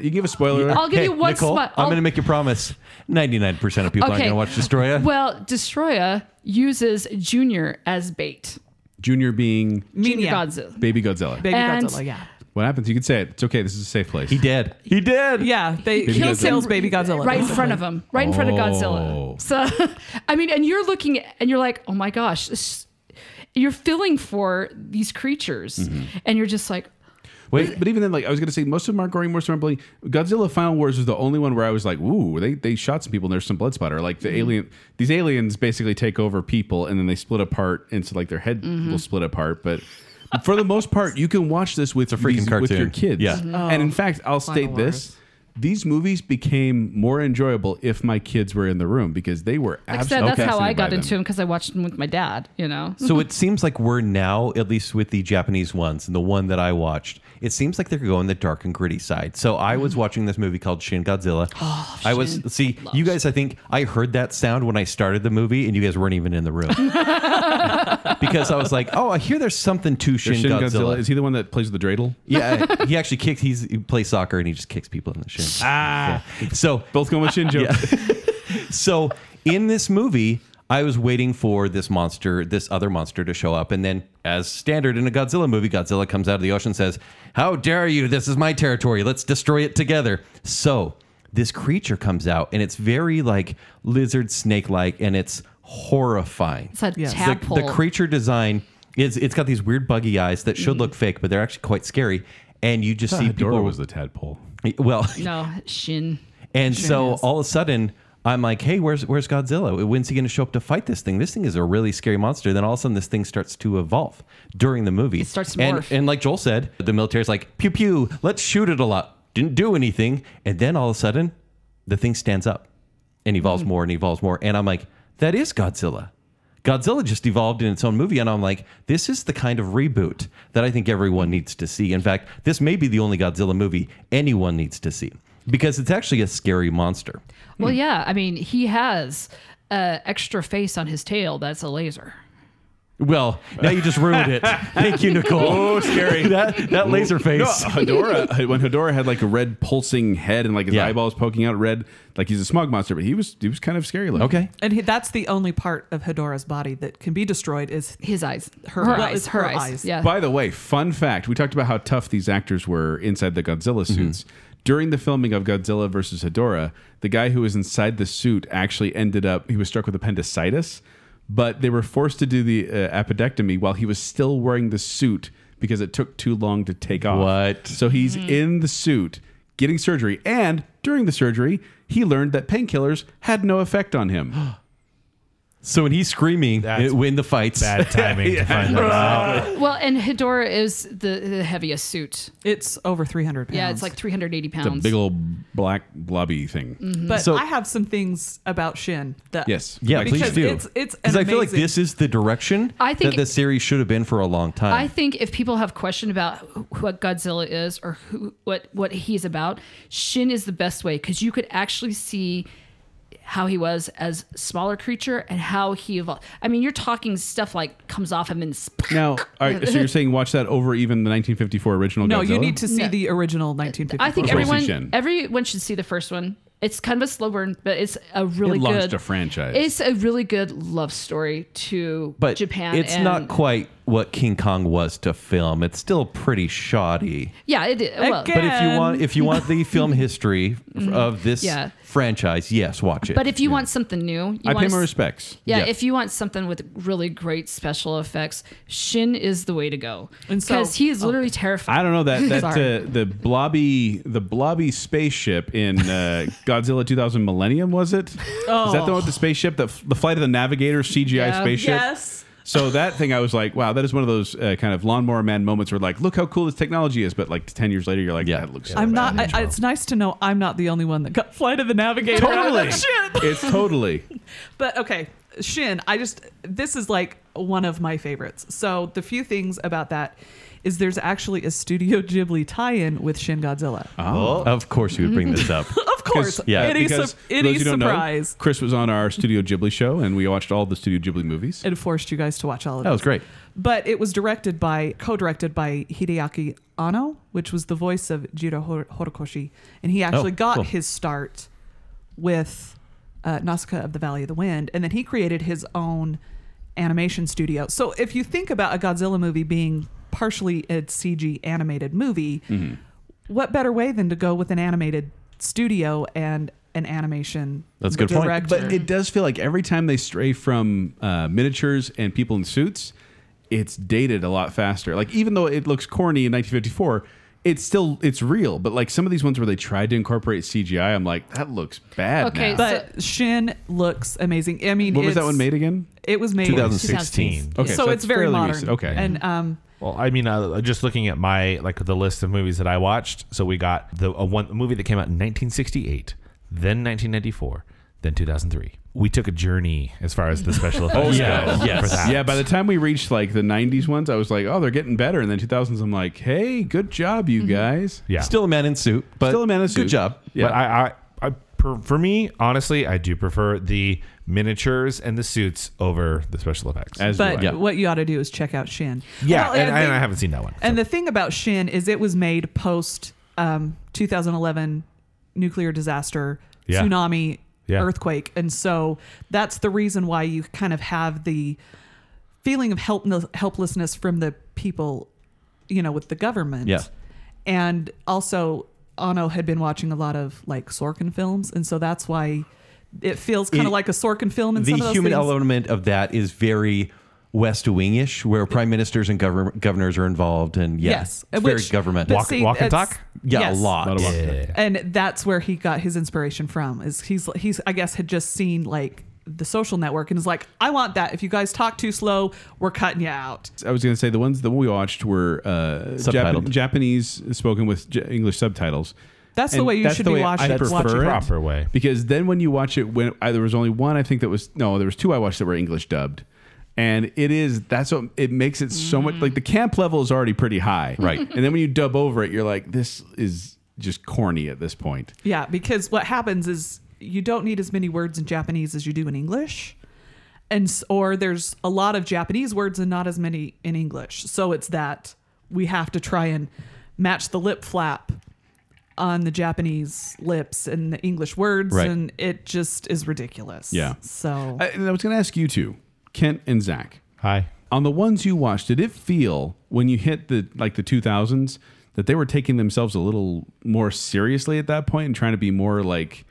Speaker 2: you give a spoiler.
Speaker 6: I'll give
Speaker 4: Hey,
Speaker 6: you one
Speaker 4: Nicole,
Speaker 6: spot.
Speaker 4: I'm
Speaker 6: I'll-
Speaker 4: going to make you promise 99% of people aren't
Speaker 6: Okay.
Speaker 4: going to watch Destroya.
Speaker 6: Well, Destroya uses Junior as bait.
Speaker 2: Junior being
Speaker 6: Junior
Speaker 5: Minya.
Speaker 6: Godzilla.
Speaker 2: baby Godzilla.
Speaker 5: Baby
Speaker 6: And-
Speaker 5: Godzilla, yeah.
Speaker 2: what happens? You can say it. It's okay. This is a safe place.
Speaker 4: he did. He did.
Speaker 5: Yeah, they
Speaker 2: Baby
Speaker 5: he
Speaker 2: Godzilla.
Speaker 5: kills Baby Godzilla.
Speaker 6: right in
Speaker 5: basically.
Speaker 6: front of him, right in front of Godzilla. So, I mean, and you're looking at- and you're like, oh my gosh, this, you're feeling for these creatures, and you're just like,
Speaker 2: Wait, but even then, like I was gonna say, most of them aren't gory, most of them aren't bloody. Godzilla Final Wars was the only one where I was like, "Ooh, they they shot some people and there's some blood splatter." Like the
Speaker 4: Mm-hmm.
Speaker 2: alien, these aliens basically take over people and then they split apart, and so like their head
Speaker 4: Mm-hmm.
Speaker 2: will split apart. But for the most part, you can watch this with
Speaker 4: freaking
Speaker 2: these- with your
Speaker 4: cartoon.
Speaker 2: kids.
Speaker 4: Yeah.
Speaker 6: Mm-hmm.
Speaker 2: and in
Speaker 6: Oh,
Speaker 2: fact, I'll state this:
Speaker 5: Wars.
Speaker 2: these movies became more enjoyable if my kids were in the room because they were
Speaker 6: like I
Speaker 2: absolutely.
Speaker 6: said, that's how I
Speaker 2: fascinated by
Speaker 6: got
Speaker 2: them.
Speaker 6: into them because I watched them with my dad. You know,
Speaker 4: So it seems like we're now, at least with the Japanese ones and the one that I watched, it seems like they're going the dark and gritty side. So I was watching this movie called Shin Godzilla. I was see you guys. I think I heard that sound when I started the movie, and you guys weren't even in the room because I was like, "Oh, I hear there's something to Shin,
Speaker 2: There's Shin Godzilla.
Speaker 4: Godzilla."
Speaker 2: Is he the one that plays with the dreidel?
Speaker 4: yeah, he actually kicks. He's he plays soccer and he just kicks people in the shin. Ah, so
Speaker 2: Both going with Shin jokes.
Speaker 4: so in this movie, I was waiting for this monster, this other monster to show up. And then, as standard in a Godzilla movie, Godzilla comes out of the ocean and says, How dare you? This is my territory. Let's destroy it together. So this creature comes out and it's very like lizard snake like and it's horrifying.
Speaker 6: it's a
Speaker 5: Yes. The- the
Speaker 4: The-
Speaker 6: tadpole.
Speaker 4: The, creature design is it's got these weird buggy eyes that
Speaker 6: Mm-hmm.
Speaker 4: should look fake, but they're actually quite scary. And you just see people
Speaker 2: Hedorah was the tadpole.
Speaker 4: well,
Speaker 6: no shin.
Speaker 4: and so all of a sudden, I'm like, hey, where's where's Godzilla? When's he going to show up to fight this thing? This thing is a really scary monster. Then all of a sudden, this thing starts to evolve during the movie. It
Speaker 6: starts to
Speaker 4: and,
Speaker 6: morph.
Speaker 4: And like Joel said, the military's like, pew pew, let's shoot it a lot. Didn't do anything. And then all of a sudden, the thing stands up and evolves more and evolves more. And I'm like, that is Godzilla. Godzilla just evolved in its own movie. And I'm like, this is the kind of reboot that I think everyone needs to see. In fact, this may be the only Godzilla movie anyone needs to see because it's actually a scary monster.
Speaker 6: Well, yeah, I mean, he has uh, extra face on his tail. That's a laser.
Speaker 4: Well, now you just ruined it. Thank you, Nicole. Oh, scary. that that laser
Speaker 2: No,
Speaker 4: face.
Speaker 2: Hedorah. Uh, when Hedorah had like a red pulsing head and like his
Speaker 4: Yeah.
Speaker 2: eyeballs poking out red, like he's a smog monster, but he was he was kind of scary looking.
Speaker 4: Okay.
Speaker 5: And he, that's the only part of Hedora's body that can be destroyed is
Speaker 6: His eyes, her,
Speaker 5: Well,
Speaker 6: eyes,
Speaker 5: it's
Speaker 6: her,
Speaker 5: her
Speaker 6: eyes.
Speaker 5: eyes.
Speaker 6: Yeah,
Speaker 2: By the way, fun fact: we talked about how tough these actors were inside the Godzilla suits. During the filming of Godzilla versus Hedorah, the guy who was inside the suit actually ended up he was struck with appendicitis, but they were forced to do the uh, appendectomy while he was still wearing the suit because it took too long to take off.
Speaker 4: What?
Speaker 2: So he's in the suit getting surgery, and during the surgery, he learned that painkillers had no effect on him.
Speaker 4: So when he's screaming,
Speaker 3: That's
Speaker 4: it, win the fights.
Speaker 3: Bad timing to find that out.
Speaker 6: well, and Hedorah is the, the heaviest suit.
Speaker 5: it's over 300 pounds.
Speaker 6: Yeah, it's like 380 pounds.
Speaker 2: It's a big old black blobby thing.
Speaker 5: But
Speaker 4: So-
Speaker 5: I have some things about Shin that
Speaker 2: Yes.
Speaker 4: Yeah,
Speaker 5: Because
Speaker 4: please do.
Speaker 5: it's- it's an
Speaker 4: I feel like
Speaker 5: amazing-
Speaker 4: this is the direction
Speaker 6: I think-
Speaker 4: that the series should have been for a long time.
Speaker 6: I think if people have question about wh- what Godzilla is or who what what he's about, Shin is the best way because you could actually see how he was as smaller creature and how he evolved. I mean, you're talking stuff like comes off him and sp-
Speaker 2: Now, all right, so you're saying watch that over even the 1954 original
Speaker 5: No,
Speaker 2: Godzilla?
Speaker 5: you need to see
Speaker 6: No.
Speaker 5: the original 1950.
Speaker 6: I think
Speaker 2: Tracy
Speaker 6: everyone
Speaker 2: Shin.
Speaker 6: everyone should see the first one. It's kind of a slow burn, but it's a really
Speaker 2: launched
Speaker 6: good
Speaker 2: a franchise.
Speaker 6: It's a really good love story to
Speaker 4: but
Speaker 6: Japan.
Speaker 4: it's
Speaker 6: and
Speaker 4: not quite what King Kong was to film. It's still pretty shoddy.
Speaker 6: Yeah, it did. Well,
Speaker 5: Okay.
Speaker 4: But if you want, if you want the film history of this
Speaker 6: Mm-hmm. Yeah.
Speaker 4: franchise, yes, watch it.
Speaker 6: but if you want something new, you
Speaker 2: I
Speaker 6: want
Speaker 2: pay my respects.
Speaker 6: Yeah,
Speaker 4: Yeah.
Speaker 6: if you want something with really great special effects, Shin is the way to go.
Speaker 5: And so-
Speaker 6: Because he is literally terrified.
Speaker 2: I don't know that that
Speaker 5: Sorry.
Speaker 2: uh, the blobby the blobby spaceship in uh, Godzilla 2000 Millennium was it? Is that the one with the spaceship the the flight of the Navigator CGI
Speaker 6: Yeah.
Speaker 2: spaceship?
Speaker 5: Oh. Yes.
Speaker 2: So that thing, I was like, wow, that is one of those uh, kind of lawnmower man moments where like, look how cool this technology is, but like ten years later, you're like, yeah,
Speaker 4: Yeah.
Speaker 2: that looks. so
Speaker 5: I'm
Speaker 2: bad.
Speaker 5: not. I, I- it's nice to know I'm not the only one that got Flight of the Navigator out of
Speaker 2: totally.
Speaker 5: that ship.
Speaker 2: it's totally.
Speaker 5: But okay, Shin, I just this is like one of my favorites. So the few things about that is there's actually a Studio Ghibli tie-in with Shin Godzilla.
Speaker 2: Uh,
Speaker 4: Oh. of course, you would bring this up.
Speaker 5: of course,
Speaker 4: yeah,
Speaker 5: any,
Speaker 2: because
Speaker 5: sup-
Speaker 2: for
Speaker 5: any
Speaker 2: those who don't know,
Speaker 5: surprise.
Speaker 2: Chris was on our Studio Ghibli show, and we watched all the Studio Ghibli movies.
Speaker 5: It forced you guys to watch all of
Speaker 4: That was
Speaker 5: this.
Speaker 4: great.
Speaker 5: But it was directed by, co-directed by Hideaki Anno, which was the voice of Jiro Hor- Horikoshi, and he actually got
Speaker 4: Oh, cool.
Speaker 5: his start with uh, Nausicaa of the Valley of the Wind, and then he created his own animation studio. So if you think about a Godzilla movie being partially a CG animated movie,
Speaker 4: Mm-hmm.
Speaker 5: what better way than to go with an animated studio and an animation
Speaker 4: That's a good point.
Speaker 5: director?
Speaker 2: But it does feel like every time they stray from uh, miniatures and people in suits, it's dated a lot faster. Like even though it looks corny in 1954, it's still it's real. But like some of these ones where they tried to incorporate CGI, I'm like, that looks bad.
Speaker 6: Okay,
Speaker 2: now.
Speaker 6: so-
Speaker 5: But Shin looks amazing. I mean,
Speaker 2: what was that
Speaker 5: it's-
Speaker 2: one made again?
Speaker 5: It was made
Speaker 3: 2016.
Speaker 2: Okay,
Speaker 5: so,
Speaker 2: so
Speaker 5: it's
Speaker 2: it's
Speaker 5: very
Speaker 2: fairly
Speaker 5: modern.
Speaker 2: recent. Okay.
Speaker 5: and um,
Speaker 3: Well, I mean, uh, just looking at my like the list of movies that I watched. So we got the a one a movie that came out in 1968, then 1994, then 2003. We took a journey as far as the special effects. oh
Speaker 2: yeah.
Speaker 3: yes.
Speaker 2: Yeah, by the time we reached like the 90s ones, I was like, oh, they're getting better. And then 2000s, I'm like, hey, good job,
Speaker 5: Mm-hmm.
Speaker 2: you guys.
Speaker 3: yeah.
Speaker 4: Still a man in suit, but
Speaker 2: Still a man in suit.
Speaker 4: Good job.
Speaker 2: Yeah.
Speaker 3: But I, I, I per, for me, honestly, I do prefer the miniatures and the suits over the special effects.
Speaker 2: As do
Speaker 5: but
Speaker 2: I.
Speaker 5: what you ought to do is check out Shin.
Speaker 3: yeah,
Speaker 5: Well,
Speaker 3: and, and
Speaker 5: the-
Speaker 3: I haven't seen that one.
Speaker 5: And the thing about Shin is it was made post um, 2011 nuclear disaster,
Speaker 3: Yeah.
Speaker 5: tsunami,
Speaker 3: Yeah.
Speaker 5: earthquake, and so that's the reason why you kind of have the feeling of help- helplessness from the people, you know, with the government.
Speaker 4: Yeah.
Speaker 5: And also, Ano had been watching a lot of like Sorkin films, and so that's why it feels kind
Speaker 4: It-
Speaker 5: of like a Sorkin film. In
Speaker 4: the
Speaker 5: some of those
Speaker 4: human
Speaker 5: things.
Speaker 4: element of that is very West Wingish, where prime ministers and govern- governors are involved, and yeah,
Speaker 5: Yes,
Speaker 4: it's very
Speaker 5: which-
Speaker 4: governmental.
Speaker 5: but
Speaker 3: Walk- walk and
Speaker 5: it's-
Speaker 3: talk?
Speaker 4: yeah,
Speaker 5: yes.
Speaker 4: a lot.
Speaker 2: Lot of walk-
Speaker 5: and that's where he got his inspiration from is he's he's i guess had just seen like the social network and is like i want that if you guys talk too slow we're cutting you out
Speaker 2: I was going to say the ones that we watched were uh, Jap-
Speaker 4: Subtitled.
Speaker 2: Japanese spoken with J- English subtitles.
Speaker 5: That's the way you
Speaker 2: that's
Speaker 5: should
Speaker 2: the
Speaker 5: be
Speaker 2: way
Speaker 5: watching-
Speaker 2: I
Speaker 5: That's the
Speaker 2: prefer it.
Speaker 3: proper way.
Speaker 2: because then when you watch it, when I, there was only one, I think that was no, there was two I watched that were English dubbed, and it is that's what it makes it so much like the camp level is already pretty high, right? and then when you dub over it, you're like, this is just corny at this point.
Speaker 5: yeah because what happens is you don't need as many words in japanese as you do in english and s- or there's a lot of japanese words and not as many in english so it's that we have to try and match the lip flap on the japanese lips and the english words
Speaker 4: Right.
Speaker 5: and it just is ridiculous
Speaker 2: Yeah.
Speaker 5: so
Speaker 2: I, and I was going to ask you two, Kent and Zach,
Speaker 3: Hi.
Speaker 2: on the ones you watched, did it feel when you hit the like the 2000s that they were taking themselves a little more seriously at that point and trying to be more like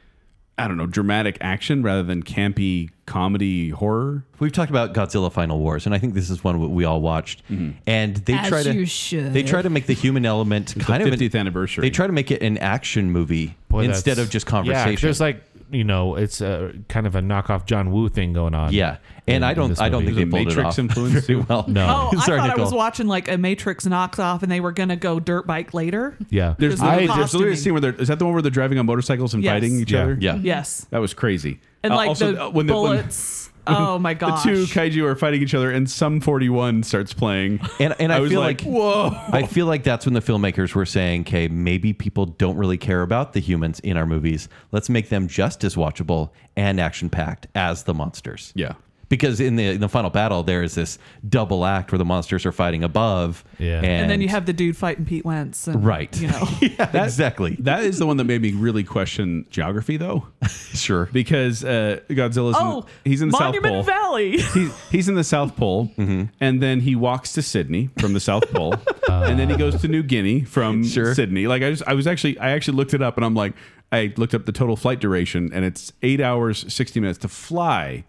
Speaker 2: I don't know, dramatic action rather than campy comedy horror?
Speaker 4: We've talked about Godzilla Final Wars, and I think this is one we all watched.
Speaker 2: Mm-hmm.
Speaker 4: And they
Speaker 6: As
Speaker 4: try to
Speaker 6: you should.
Speaker 4: they try to make the human element kind of an-
Speaker 2: 50th anniversary.
Speaker 4: They try to make it an action movie
Speaker 3: Boy,
Speaker 4: instead
Speaker 3: that's-
Speaker 4: of just
Speaker 3: Yeah, 'cause
Speaker 4: conversation.
Speaker 3: there's like you know, it's a kind of a knockoff John Woo thing going on.
Speaker 4: Yeah. and
Speaker 3: in-
Speaker 4: I
Speaker 3: in
Speaker 4: don't
Speaker 3: this
Speaker 4: I don't
Speaker 3: movie.
Speaker 4: think they pulled
Speaker 2: Matrix
Speaker 4: it off
Speaker 2: influence
Speaker 4: very
Speaker 2: too?
Speaker 4: well.
Speaker 3: No.
Speaker 5: Oh, I
Speaker 4: Sorry,
Speaker 5: thought I was
Speaker 4: Nicole.
Speaker 5: watching like a Matrix knocks off, and they were gonna go dirt bike later.
Speaker 3: Yeah,
Speaker 2: There's,
Speaker 5: There's no
Speaker 2: I, there's
Speaker 5: costuming.
Speaker 2: literally a scene where they're is that the one where they're driving on motorcycles and
Speaker 5: Yes.
Speaker 2: fighting each
Speaker 3: Yeah.
Speaker 2: other? Mm-hmm.
Speaker 4: Yeah.
Speaker 5: Yes,
Speaker 2: That was crazy.
Speaker 5: and
Speaker 2: Uh,
Speaker 5: like
Speaker 2: also,
Speaker 5: the
Speaker 2: uh, when the, when
Speaker 5: bullets. oh my
Speaker 2: the
Speaker 5: gosh!
Speaker 2: two kaiju are fighting each other and some 41 starts playing.
Speaker 4: And and I,
Speaker 2: was
Speaker 4: feel
Speaker 2: like,
Speaker 4: like,
Speaker 2: whoa.
Speaker 4: I feel like that's when the filmmakers were saying, "Okay, maybe people don't really care about the humans in our movies. Let's make them just as watchable and action-packed as the monsters."
Speaker 2: Yeah.
Speaker 4: because in the in the final battle there is this double act where the monsters are fighting above.
Speaker 3: Yeah.
Speaker 4: and,
Speaker 3: And
Speaker 5: And then you have the dude fighting Pete Wentz. And,
Speaker 4: Right.
Speaker 5: You know,
Speaker 4: Yeah, exactly
Speaker 2: That is the one that made me really question geography, though,
Speaker 4: sure.
Speaker 2: because uh, Godzilla's
Speaker 5: oh,
Speaker 2: in, he's in the
Speaker 5: Monument
Speaker 2: South Pole.
Speaker 5: Valley.
Speaker 2: He's, he's in the South Pole,
Speaker 4: Mm-hmm.
Speaker 2: and then he walks to Sydney from the South Pole, and then he goes to New Guinea from
Speaker 4: Sure.
Speaker 2: Sydney. Like I just, I was actually, I actually looked it up, and I'm like, I looked up the total flight duration, and it's eight hours sixty minutes to fly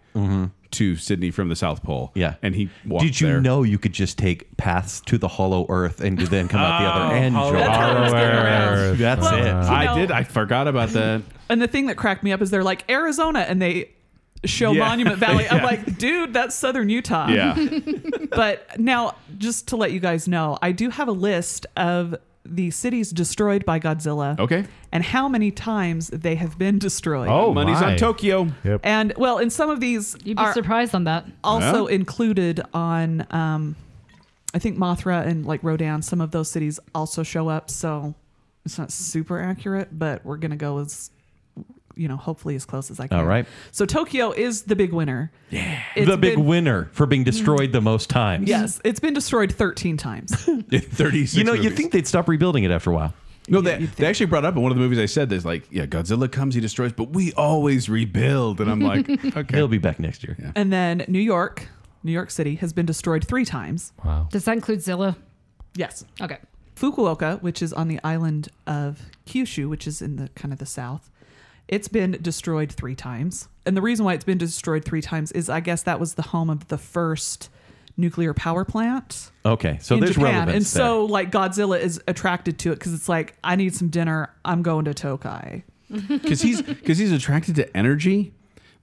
Speaker 2: to Sydney from the South Pole.
Speaker 4: Mm-hmm. Yeah.
Speaker 2: and he walked
Speaker 4: Did you
Speaker 2: there.
Speaker 4: know you could just take paths to the hollow earth and then come out the other end?
Speaker 2: hollow
Speaker 4: Joel?
Speaker 5: Oh, That's how I was getting around.
Speaker 4: That's
Speaker 5: Well,
Speaker 4: it.
Speaker 5: you
Speaker 2: I
Speaker 5: know-
Speaker 2: did. I forgot about that.
Speaker 5: And the thing that cracked me up is they're like Arizona, and they show
Speaker 2: Yeah.
Speaker 5: Monument Valley. I'm
Speaker 2: Yeah.
Speaker 5: like, dude, that's Southern Utah.
Speaker 2: Yeah,
Speaker 5: But now, just to let you guys know, I do have a list of the cities destroyed by Godzilla.
Speaker 2: Okay.
Speaker 5: And how many times they have been destroyed.
Speaker 3: Oh,
Speaker 2: money's
Speaker 3: my.
Speaker 2: on Tokyo.
Speaker 3: Yep.
Speaker 5: And well, and some of these
Speaker 6: You'd be
Speaker 5: are
Speaker 6: surprised on that.
Speaker 5: also
Speaker 2: Yeah.
Speaker 5: included on, um, I think Mothra and like Rodan. Some of those cities also show up, so it's not super accurate, but we're gonna go as, you know, hopefully as close as I can.
Speaker 4: All right.
Speaker 5: So Tokyo is the big winner. Yeah.
Speaker 4: the big winner for being destroyed the most times.
Speaker 5: Mm. Yes, it's been destroyed 13 times.
Speaker 2: Thirty six.
Speaker 4: You know, you think they'd stop rebuilding it after a while.
Speaker 2: No, they, they actually brought up in one of the movies I said there's like, yeah, Godzilla comes, he destroys, but we always rebuild. And I'm like, okay.
Speaker 4: They'll be back next year.
Speaker 5: And then New York, New York City has been destroyed three times.
Speaker 3: Wow.
Speaker 6: Does that include Zilla?
Speaker 5: Yes.
Speaker 6: Okay.
Speaker 5: Fukuoka, which is on the island of Kyushu, which is in the kind of the south, it's been destroyed three times. And the reason why it's been destroyed three times is I guess that was the home of the first nuclear power plant
Speaker 4: Okay, so
Speaker 5: in
Speaker 4: there's
Speaker 5: Japan.
Speaker 4: relevance.
Speaker 5: and
Speaker 4: there.
Speaker 5: so like Godzilla is attracted to it because it's like, I need some dinner. I'm going to Tokai.
Speaker 2: Because he's, cause he's attracted to energy.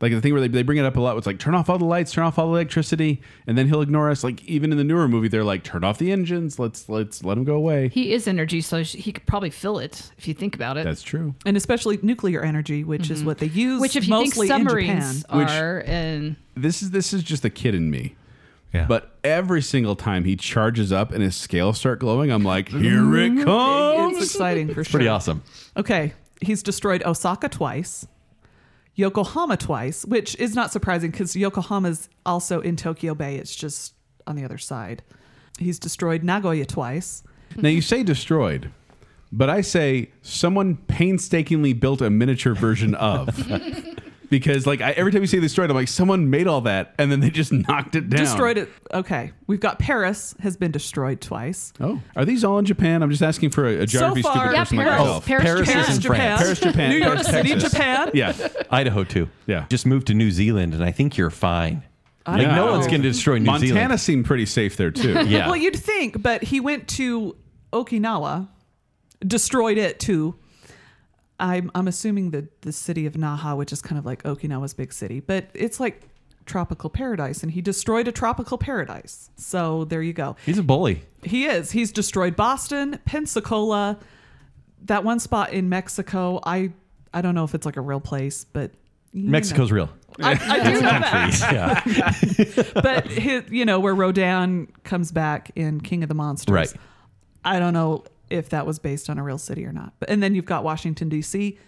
Speaker 2: Like the thing where they, they bring it up a lot, it's like, turn off all the lights, turn off all the electricity, and then he'll ignore us. Like, even in the newer movie, they're like, turn off the engines, let's, let's let him go away.
Speaker 6: He is energy, so sh- he could probably fill it if you think about it.
Speaker 2: That's true.
Speaker 5: And especially nuclear energy, which is what they use
Speaker 6: Mm-hmm. Which, if you think
Speaker 5: mostly in Japan.
Speaker 6: submarines
Speaker 2: Which-
Speaker 6: are, and
Speaker 2: This is, this is just the kid in me.
Speaker 3: Yeah.
Speaker 2: But every single time he charges up and his scales start glowing, I'm like, here it comes.
Speaker 5: Mm-hmm. It's exciting for sure.
Speaker 4: pretty awesome.
Speaker 5: Okay, he's destroyed Osaka twice, Yokohama twice, which is not surprising because Yokohama's also in Tokyo Bay. It's just on the other side. He's destroyed Nagoya twice.
Speaker 2: Now you say destroyed, but I say someone painstakingly built a miniature version of. because like I, every time you say destroyed, I'm like someone made all that and then they just knocked it down.
Speaker 5: Destroyed it. Okay, we've got Paris has been destroyed twice.
Speaker 2: Oh, are these all in Japan? I'm just asking for a, a geography
Speaker 5: far-
Speaker 2: stupid
Speaker 5: Yeah,
Speaker 2: person like
Speaker 6: Paris.
Speaker 2: myself.
Speaker 6: Paris,
Speaker 4: Paris
Speaker 6: Japan.
Speaker 4: is in France.
Speaker 2: Paris, Japan,
Speaker 5: New York
Speaker 2: Paris,
Speaker 5: City,
Speaker 2: Texas.
Speaker 5: Japan.
Speaker 2: Yeah,
Speaker 4: Idaho too.
Speaker 2: Yeah.
Speaker 4: just move to New Zealand, and I think you're fine. Like
Speaker 2: don't
Speaker 4: no
Speaker 2: know.
Speaker 4: one's going to destroy New
Speaker 2: Montana
Speaker 4: Zealand.
Speaker 2: seemed pretty safe there too.
Speaker 4: Yeah.
Speaker 5: Well, you'd think, but he went to Okinawa, destroyed it too. I'm I'm assuming the the city of Naha, which is kind of like Okinawa's big city, but it's like tropical paradise, and he destroyed a tropical paradise. So there you go.
Speaker 4: He's a bully.
Speaker 5: He is. He's destroyed Boston, Pensacola, that one spot in Mexico. I I don't know if it's like a real place, but you know.
Speaker 4: Mexico's real.
Speaker 5: I, I do know that
Speaker 4: yeah.
Speaker 5: but his, you know where Rodan comes back in King of the Monsters.
Speaker 4: Right.
Speaker 5: I don't know if that was based on a real city or not. But and then you've got Washington D.C. I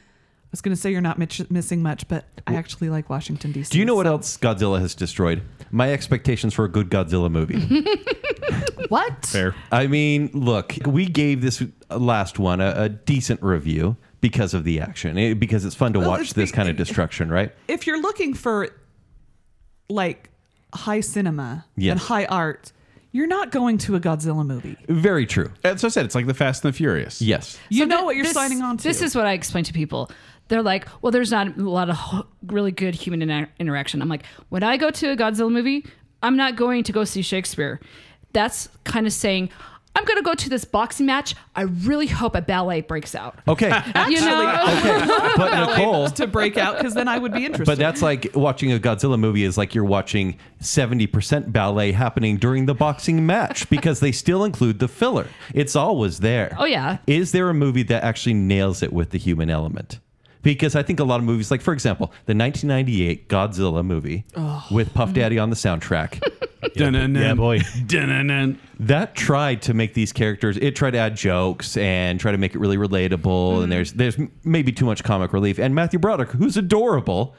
Speaker 5: was going to say you're not mitch- missing much, but I actually like Washington D.C.
Speaker 4: Do you know what
Speaker 5: so-
Speaker 4: else Godzilla has destroyed? My expectations for a good Godzilla movie.
Speaker 5: What?
Speaker 2: Fair.
Speaker 4: I mean, look, we gave this last one a, a decent review because of the action, eh, because it's fun to
Speaker 5: Well,
Speaker 4: watch
Speaker 5: it's
Speaker 4: this
Speaker 5: be-
Speaker 4: kind of destruction, right?
Speaker 5: If you're looking for like high cinema
Speaker 4: Yes.
Speaker 5: and high art, you're not going to a Godzilla movie.
Speaker 4: Very true.
Speaker 2: That's what I said. It's like the Fast and the Furious.
Speaker 4: Yes.
Speaker 5: You
Speaker 6: So
Speaker 5: know
Speaker 6: thi-
Speaker 5: what you're
Speaker 6: this-
Speaker 5: signing on to.
Speaker 6: This is what I explain to people. They're like, well, there's not a lot of ho- really good human inter- interaction. I'm like, when I go to a Godzilla movie, I'm not going to go see Shakespeare. That's kind of saying, I'm going to go to this boxing match. I really hope a ballet breaks out.
Speaker 4: Okay.
Speaker 6: you know?
Speaker 4: but Nicole,
Speaker 5: to break out because then I would be interested.
Speaker 4: But that's like watching a Godzilla movie is like you're watching 70% ballet happening during the boxing match because they still include the filler. It's always there.
Speaker 6: Oh, yeah.
Speaker 4: Is there a movie that actually nails it with the human element? Because I think a lot of movies, like for example, the 1998 Godzilla movie with Puff Daddy on the soundtrack,
Speaker 2: Dun-dun-dun.
Speaker 3: Yeah, boy.
Speaker 2: Dun-dun-dun.
Speaker 4: that tried to make these characters. It tried to add jokes and try to make it really relatable.
Speaker 5: Mm-hmm.
Speaker 4: And there's there's m- maybe too much comic relief. And Matthew Broderick, who's adorable,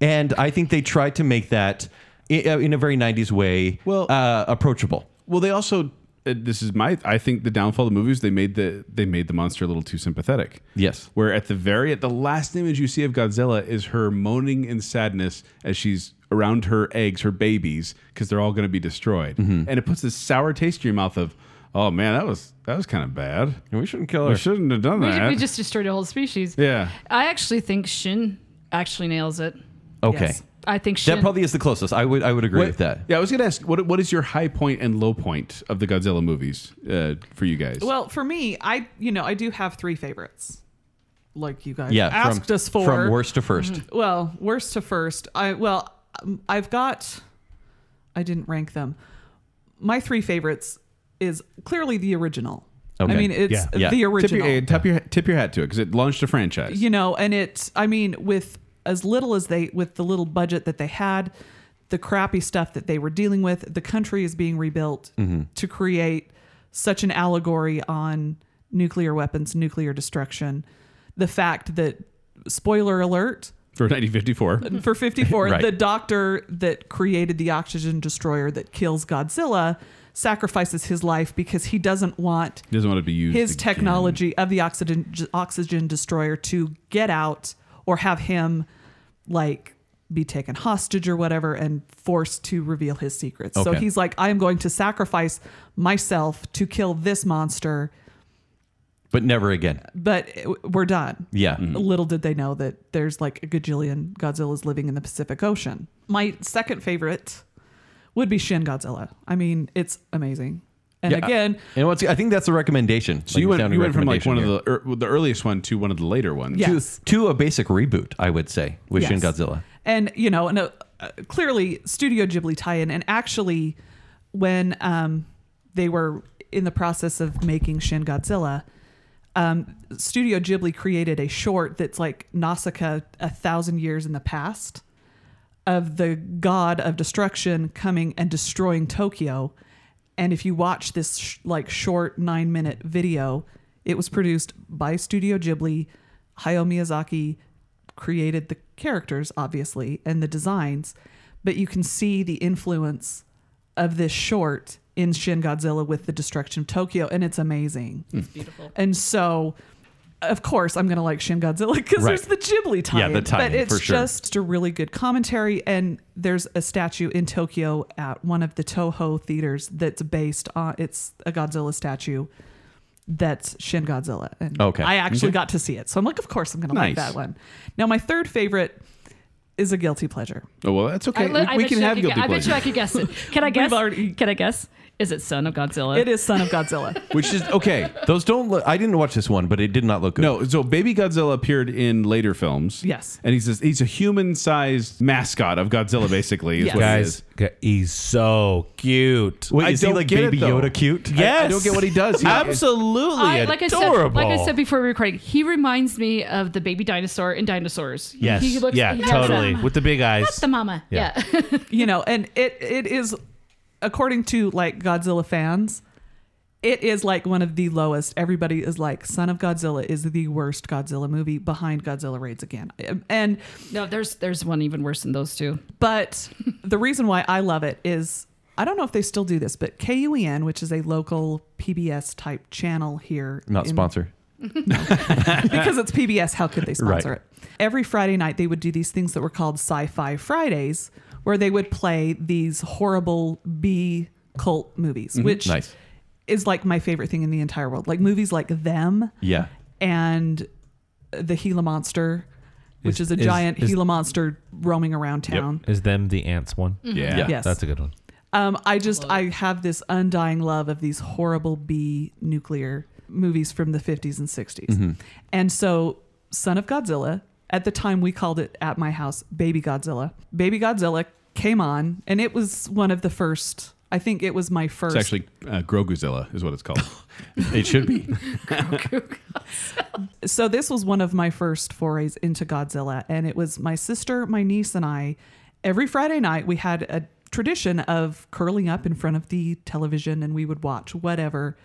Speaker 4: and I think they tried to make that i- uh, in a very 90s way,
Speaker 2: Well-
Speaker 4: uh, approachable.
Speaker 2: Well, they also uh, this is my I think the downfall of the movies they made the they made the monster a little too sympathetic.
Speaker 4: Yes.
Speaker 2: Where at the very at the last image you see of Godzilla is her moaning in sadness as she's around her eggs, her babies, because they're all going to be destroyed,
Speaker 4: Mm-hmm.
Speaker 2: and it puts this sour taste in your mouth of, oh man, that was that was kind of bad.
Speaker 4: We shouldn't kill
Speaker 2: We shouldn't have done
Speaker 6: We,
Speaker 2: that.
Speaker 6: ju- we just destroyed a whole species.
Speaker 2: yeah.
Speaker 6: I actually think Shin actually nails it.
Speaker 4: Okay.
Speaker 5: Yes.
Speaker 6: I think Shin.
Speaker 4: That probably is the closest. I would I would agree
Speaker 2: What-
Speaker 4: with that.
Speaker 2: Yeah, I was going to ask what what is your high point and low point of the Godzilla movies uh, for you guys?
Speaker 5: Well, for me, I you know I do have three favorites, like you guys
Speaker 4: Yeah.
Speaker 5: asked
Speaker 4: from,
Speaker 5: us for. Mm-hmm.
Speaker 4: From worst to 1st
Speaker 5: Well, worst to first. I well, um, I've got. I didn't rank them. My three favorites is clearly the original.
Speaker 4: Okay.
Speaker 5: I mean, it's
Speaker 3: Yeah.
Speaker 4: Yeah. Tip
Speaker 5: the
Speaker 4: your-
Speaker 2: tip your,
Speaker 5: original.
Speaker 2: uh, tip your tip your hat to it because it launched a franchise.
Speaker 5: you know and it's i mean with as little as they with the little budget that they had the crappy stuff that they were dealing with the country is being rebuilt to create such an allegory on nuclear weapons nuclear destruction the fact that spoiler alert
Speaker 2: for 1954.
Speaker 5: for 54
Speaker 4: Right.
Speaker 5: the doctor that created the oxygen destroyer that kills godzilla sacrifices his life because he doesn't want
Speaker 2: He doesn't want to be used.
Speaker 5: his
Speaker 2: again.
Speaker 5: technology of the oxygen oxygen destroyer to get out or have him like be taken hostage or whatever and forced to reveal his secrets. So
Speaker 4: Okay.
Speaker 5: he's like I am going to sacrifice myself to kill this monster,
Speaker 4: but never again.
Speaker 5: but uh, we're done.
Speaker 4: Yeah.
Speaker 2: Mm-hmm.
Speaker 5: Little did they know that there's like a gajillion Godzillas living in the Pacific Ocean. My second favorite would be Shin Godzilla. I mean, it's amazing. And
Speaker 4: Yeah, I-
Speaker 5: again,
Speaker 4: And what's I think that's a recommendation.
Speaker 2: So you went, you went from like one of the er, the earliest one to one of the later ones.
Speaker 5: Yeah.
Speaker 4: to,
Speaker 5: Yes.
Speaker 4: to a basic reboot, I would say, with Shin
Speaker 5: Yes.
Speaker 4: Godzilla.
Speaker 5: and you know, and uh, uh, clearly Studio Ghibli tie-in. And actually, when um, they were in the process of making Shin Godzilla, um, Studio Ghibli created a short that's like Nausicaa a thousand years in the past of the god of destruction coming and destroying Tokyo. And if you watch this sh- like short nine minute video, it was produced by Studio Ghibli. Hayao Miyazaki created the characters, obviously, and the designs, but you can see the influence of this short in Shin Godzilla with the destruction of Tokyo, and it's amazing. It's beautiful. And so, of course, I'm going to like Shin Godzilla because
Speaker 4: Right.
Speaker 5: there's the Ghibli tie.
Speaker 4: Yeah, the
Speaker 5: But
Speaker 4: tie-in,
Speaker 5: it's
Speaker 4: for sure.
Speaker 5: just just a really good commentary. And there's a statue in Tokyo at one of the Toho theaters that's based on it's a Godzilla statue that's Shin Godzilla. And
Speaker 4: Okay.
Speaker 5: I actually got to see it. So I'm like, of course I'm gonna
Speaker 2: Nice.
Speaker 5: like that one. Now my third favorite is a guilty pleasure.
Speaker 2: Oh well, that's okay.
Speaker 6: I li-
Speaker 2: we
Speaker 6: I
Speaker 2: we
Speaker 6: bet
Speaker 2: can
Speaker 6: you I
Speaker 2: have
Speaker 6: could gu-
Speaker 2: guilty
Speaker 6: I bet you I
Speaker 2: pleasure.
Speaker 6: could guess it. Can I guess?
Speaker 5: already-
Speaker 6: Can I guess? Is it Son of Godzilla?
Speaker 5: It is Son of Godzilla.
Speaker 2: Which is okay.
Speaker 4: Those don't look I didn't watch this one, but it did not look good.
Speaker 2: No, so Baby Godzilla appeared in later films.
Speaker 5: Yes.
Speaker 2: and he's a, he's a human-sized mascot of Godzilla, basically. Is
Speaker 5: Yes.
Speaker 2: what it
Speaker 3: Guys,
Speaker 2: is.
Speaker 3: g- he's so cute.
Speaker 4: Wait,
Speaker 2: I
Speaker 4: is he
Speaker 2: don't
Speaker 4: like
Speaker 2: get it,
Speaker 4: Baby
Speaker 2: though.
Speaker 4: Yoda cute?
Speaker 2: I- I don't get what he does. He-
Speaker 3: Absolutely
Speaker 6: I, like I said,
Speaker 3: adorable.
Speaker 6: like I said before we recording, he reminds me of the baby dinosaur in dinosaurs.
Speaker 3: yes,
Speaker 6: he looks,
Speaker 3: yeah,
Speaker 6: he has
Speaker 3: totally.
Speaker 6: that-
Speaker 3: With the big eyes.
Speaker 6: That's the mama.
Speaker 3: Yeah.
Speaker 6: Yeah.
Speaker 5: you know, and it it is according to like Godzilla fans. It is like one of the lowest. Everybody is like, Son of Godzilla is the worst Godzilla movie behind Godzilla Raids Again. Um, And
Speaker 6: no, there's there's one even worse than those two.
Speaker 5: But the reason why I love it is I don't know if they still do this, but KUEN, which is a local PBS type channel here,
Speaker 4: Not
Speaker 5: in-
Speaker 4: sponsor.
Speaker 5: because it's PBS. How could they sponsor
Speaker 4: Right.
Speaker 5: it? Every Friday night, they would do these things that were called Sci-Fi Fridays, where they would play these horrible B cult movies, which
Speaker 4: Nice.
Speaker 5: is like my favorite thing in the entire world. Like movies like Them
Speaker 4: Yeah.
Speaker 5: and the Gila Monster, which
Speaker 3: Is-
Speaker 5: is, a
Speaker 3: is-
Speaker 5: giant
Speaker 3: is-
Speaker 5: Gila monster roaming around town.
Speaker 3: Is them the ants one?
Speaker 6: Mm,
Speaker 2: yeah.
Speaker 4: Yeah.
Speaker 5: Yes.
Speaker 3: That's a good one.
Speaker 5: Um, I just I have this undying love of these horrible B nuclear movies from the 50s and 60s.
Speaker 2: Mm-hmm.
Speaker 5: And so Son of Godzilla, at the time we called it at my house Baby Godzilla. Baby Godzilla came on and it was one of the first I think it was my first
Speaker 2: It's actually uh, Groguzilla is what it's called.
Speaker 4: It should be.
Speaker 5: so this was one of my first forays into Godzilla, and it was my sister, my niece, and I. Every Friday night, we had a tradition of curling up in front of the television, and we would watch whatever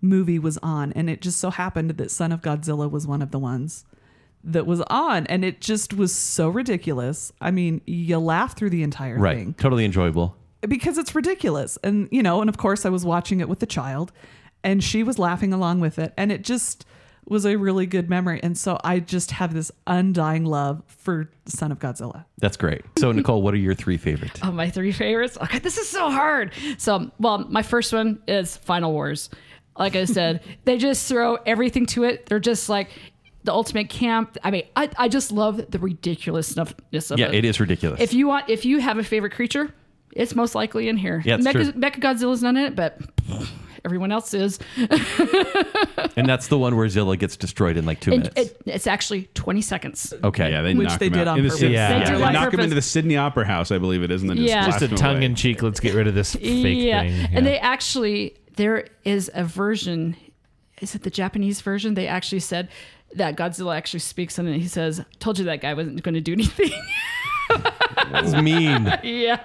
Speaker 5: movie was on. And it just so happened that Son of Godzilla was one of the ones that was on, and it just was so ridiculous. I mean, you laugh through the entire
Speaker 4: Right.
Speaker 5: thing
Speaker 4: Totally enjoyable.
Speaker 5: because it's ridiculous. And, you know, and of course I was watching it with the child and she was laughing along with it. And it just was a really good memory. And so I just have this undying love for Son of Godzilla.
Speaker 4: That's great. So, Nicole, what are your three favorite?
Speaker 6: Oh, my three favorites. Okay, this is so hard. So, well, my first one is Final Wars. Like I said, they just throw everything to it. They're just like the ultimate camp. I mean, I, I just love the ridiculousness of
Speaker 4: yeah,
Speaker 6: it.
Speaker 4: it is ridiculous.
Speaker 6: If you want, if you have a favorite creature, it's most likely in here.
Speaker 4: Yeah, it's true.
Speaker 6: Mecha, Mecha Godzilla's not in it, but everyone else is.
Speaker 4: and that's the one where Zilla gets destroyed in like two
Speaker 6: And
Speaker 4: minutes.
Speaker 6: it, it's actually 20 seconds.
Speaker 4: okay.
Speaker 2: Yeah, they
Speaker 5: Which
Speaker 2: knocked
Speaker 5: they
Speaker 2: him
Speaker 5: did
Speaker 2: out.
Speaker 5: on
Speaker 2: In the
Speaker 5: purpose.
Speaker 2: Sydney-
Speaker 3: Yeah.
Speaker 6: They
Speaker 2: They,
Speaker 6: did on
Speaker 2: knock him
Speaker 6: purpose.
Speaker 2: into the Sydney Opera House, I believe it is, and then just,
Speaker 6: Yeah.
Speaker 2: blast
Speaker 3: Just a
Speaker 2: him
Speaker 3: tongue
Speaker 2: away.
Speaker 3: in cheek. Let's get rid of this fake
Speaker 6: yeah.
Speaker 3: thing.
Speaker 6: And they actually, there is a version. Is it the Japanese version? They actually said that Godzilla actually speaks and he says, Told you that guy wasn't going to do anything.
Speaker 4: It's mean.
Speaker 6: yeah.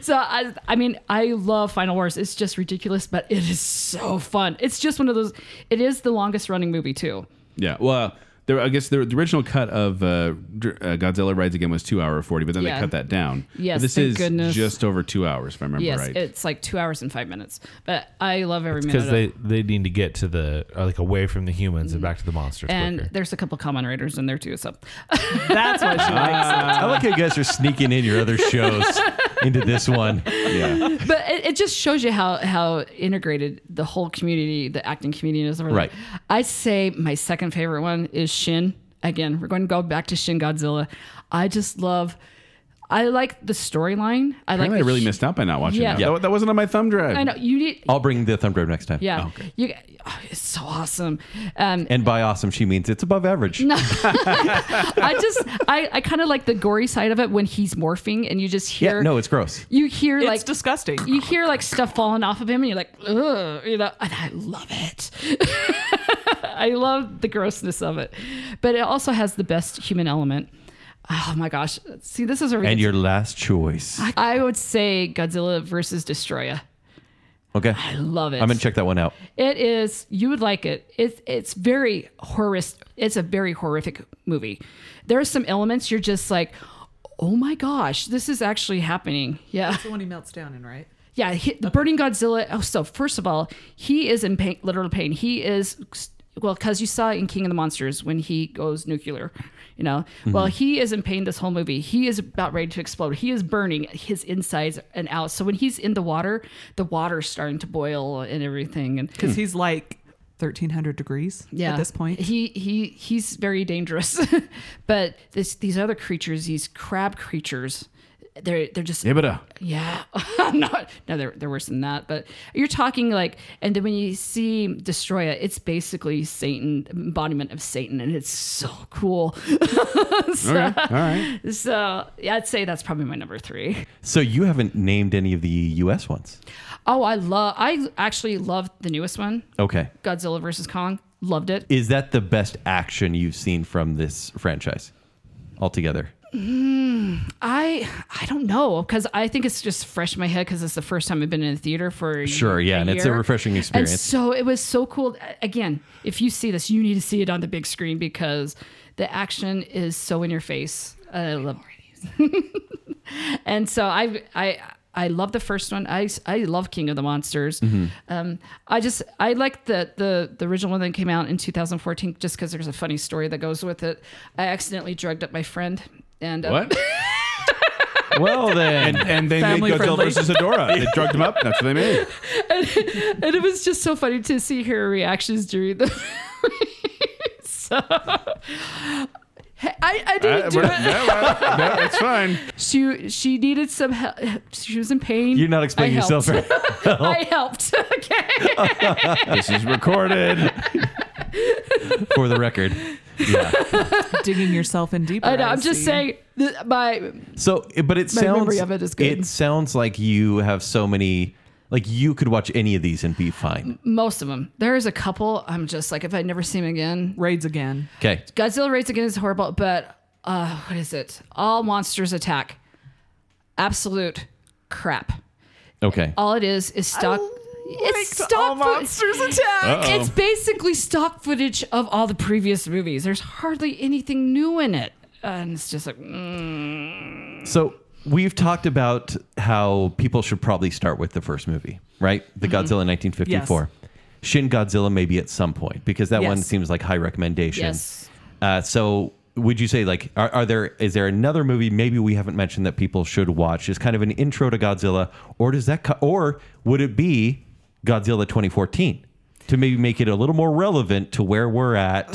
Speaker 6: So, I, I mean, I love Final Wars. It's just ridiculous, but it is so fun. It's just one of those, it is the longest running movie, too.
Speaker 2: Yeah. Well, there, I guess the, the original cut of uh, Dr- uh, Godzilla Rides Again was two hour forty, but then they
Speaker 6: Yeah.
Speaker 2: cut that down.
Speaker 6: Yes,
Speaker 2: But this
Speaker 6: thank
Speaker 2: is
Speaker 6: goodness.
Speaker 2: just over two hours, if I remember
Speaker 6: Yes,
Speaker 2: right.
Speaker 6: it's like two hours and five minutes. But I love every minute.
Speaker 3: because
Speaker 6: of it.
Speaker 3: they, they need to get to the or like away from the humans and back to the monsters.
Speaker 6: Mm-hmm. and
Speaker 3: quicker.
Speaker 6: there's a couple common raiders in there too. So
Speaker 5: That's why she likes it.
Speaker 4: Ah. I like how you guys are sneaking in your other shows into this one.
Speaker 2: yeah.
Speaker 6: but it, it just shows you how how integrated the whole community, the acting community is. Over there.
Speaker 4: Right.
Speaker 6: I say my second favorite one is Shin. Again, we're going to go back to Shin Godzilla. I just love. I like the storyline. I like.
Speaker 2: Apparently, I
Speaker 6: the
Speaker 2: really
Speaker 6: sh-
Speaker 2: missed out by not watching
Speaker 6: Yeah.
Speaker 2: that.
Speaker 6: Yeah.
Speaker 2: that. That wasn't on my thumb drive.
Speaker 6: I know you need.
Speaker 4: I'll bring the thumb drive next time.
Speaker 6: Yeah, you. oh, it's so awesome. Um,
Speaker 4: And by awesome, she means it's above average.
Speaker 6: I just, I, I kind of like the gory side of it when he's morphing, and you just hear.
Speaker 4: yeah, no, it's gross.
Speaker 6: You hear
Speaker 5: It's
Speaker 6: like
Speaker 5: disgusting.
Speaker 6: you hear like stuff falling off of him, and you're like, ugh, you know, and I love it. I love the grossness of it, but it also has the best human element. Oh my gosh! See, this is a
Speaker 4: And your last choice.
Speaker 6: I would say Godzilla versus Destroya.
Speaker 4: Okay.
Speaker 6: I
Speaker 4: I'm
Speaker 6: love it.
Speaker 4: going to check that one out.
Speaker 6: It is. You would like it. It's it's very horrific. It's a very horrific movie. There are some elements you're just like, oh my gosh, this is actually happening. Yeah.
Speaker 5: That's the one he melts down in, right?
Speaker 6: Yeah, he, the burning Godzilla. Oh, so first of all, he is in pain, literal pain. He is well, because you saw in King of the Monsters when he goes nuclear, you know.
Speaker 5: Mm-hmm.
Speaker 6: Well, he is in pain this whole movie. He is about ready to explode. He is burning his insides and out. So when he's in the water, the water's starting to boil and everything. And
Speaker 5: Because he's like 1300 degrees at this point.
Speaker 6: He he he's very dangerous. but this these other creatures, these crab creatures, they're they're just
Speaker 2: Ibida.
Speaker 6: yeah. Not, no, they're, they're worse than that. But you're talking like, and then when you see Destroya, it's basically Satan, embodiment of Satan, and it's so cool.
Speaker 2: Okay. All right.
Speaker 6: So yeah, I'd say that's probably my number three.
Speaker 4: So you haven't named any of the U.S. ones.
Speaker 6: Oh, I love, I actually loved the newest one,
Speaker 4: Okay.
Speaker 6: Godzilla versus Kong. Loved it.
Speaker 4: Is that the best action you've seen from this franchise altogether?
Speaker 6: I I don't know because I think it's just fresh in my head because it's the first time I've been in a theater for a
Speaker 4: Sure, yeah,
Speaker 6: a
Speaker 4: and it's a
Speaker 6: year.
Speaker 4: refreshing
Speaker 6: And
Speaker 4: experience.
Speaker 6: so it was so cool. Again, if you see this, you need to see it on the big screen because the action is so in your face. I love and so I I I love the first one. I I love King of the Monsters.
Speaker 4: Mm-hmm.
Speaker 6: Um, I just I like the the the original one that came out in 2014 just because there's a funny story that goes with it. I accidentally drugged up my friend and uh,
Speaker 2: What?
Speaker 4: Well, then.
Speaker 2: And, and they
Speaker 5: Family
Speaker 2: made Godzilla
Speaker 5: friendly.
Speaker 2: versus Adora. They drugged him up. That's what they made.
Speaker 6: and it was just so funny to see her reactions during the. so, I, I didn't
Speaker 2: Uh,
Speaker 6: do
Speaker 2: we're-
Speaker 6: it.
Speaker 2: no, uh, no, it's fine.
Speaker 6: She she needed some help. She was in pain.
Speaker 4: You're not explaining
Speaker 6: I
Speaker 4: yourself.
Speaker 6: helped.
Speaker 4: right.
Speaker 6: I helped. Okay.
Speaker 2: This is recorded.
Speaker 4: for the record. Yeah.
Speaker 5: Digging yourself in deeper.
Speaker 6: I know,
Speaker 5: I
Speaker 6: I'm just
Speaker 5: see.
Speaker 6: saying. that My
Speaker 4: So, it- but it
Speaker 6: My
Speaker 4: sounds
Speaker 6: memory of it is good.
Speaker 4: It sounds like you have so many. Like you could watch any of these and be fine.
Speaker 6: most of them. There is a couple. I'm just like if I never see him again.
Speaker 5: Raids again.
Speaker 6: Mm-hmm.
Speaker 4: Okay.
Speaker 6: Godzilla Raids Again is horrible, but uh, what is it? All monsters attack. Absolute crap.
Speaker 4: Okay.
Speaker 6: All it is is stock. it's
Speaker 5: to
Speaker 6: stock
Speaker 5: all
Speaker 6: foot-
Speaker 5: monsters attack.
Speaker 2: Uh-oh.
Speaker 6: It's basically stock footage of all the previous movies. There's hardly anything new in it, Uh, and it's just like mm,
Speaker 4: So we've talked about how people should probably start with the first movie, right? The
Speaker 5: Mm-hmm.
Speaker 4: Godzilla 1954. Shin Godzilla maybe at some point because that one
Speaker 5: Yes.
Speaker 4: seems like high recommendation.
Speaker 6: Yes.
Speaker 4: Uh, so would you say like are, are there is there another movie maybe we haven't mentioned that people should watch is kind of an intro to Godzilla or does that co- or would it be Godzilla 2014 to maybe make it a little more relevant to where we're at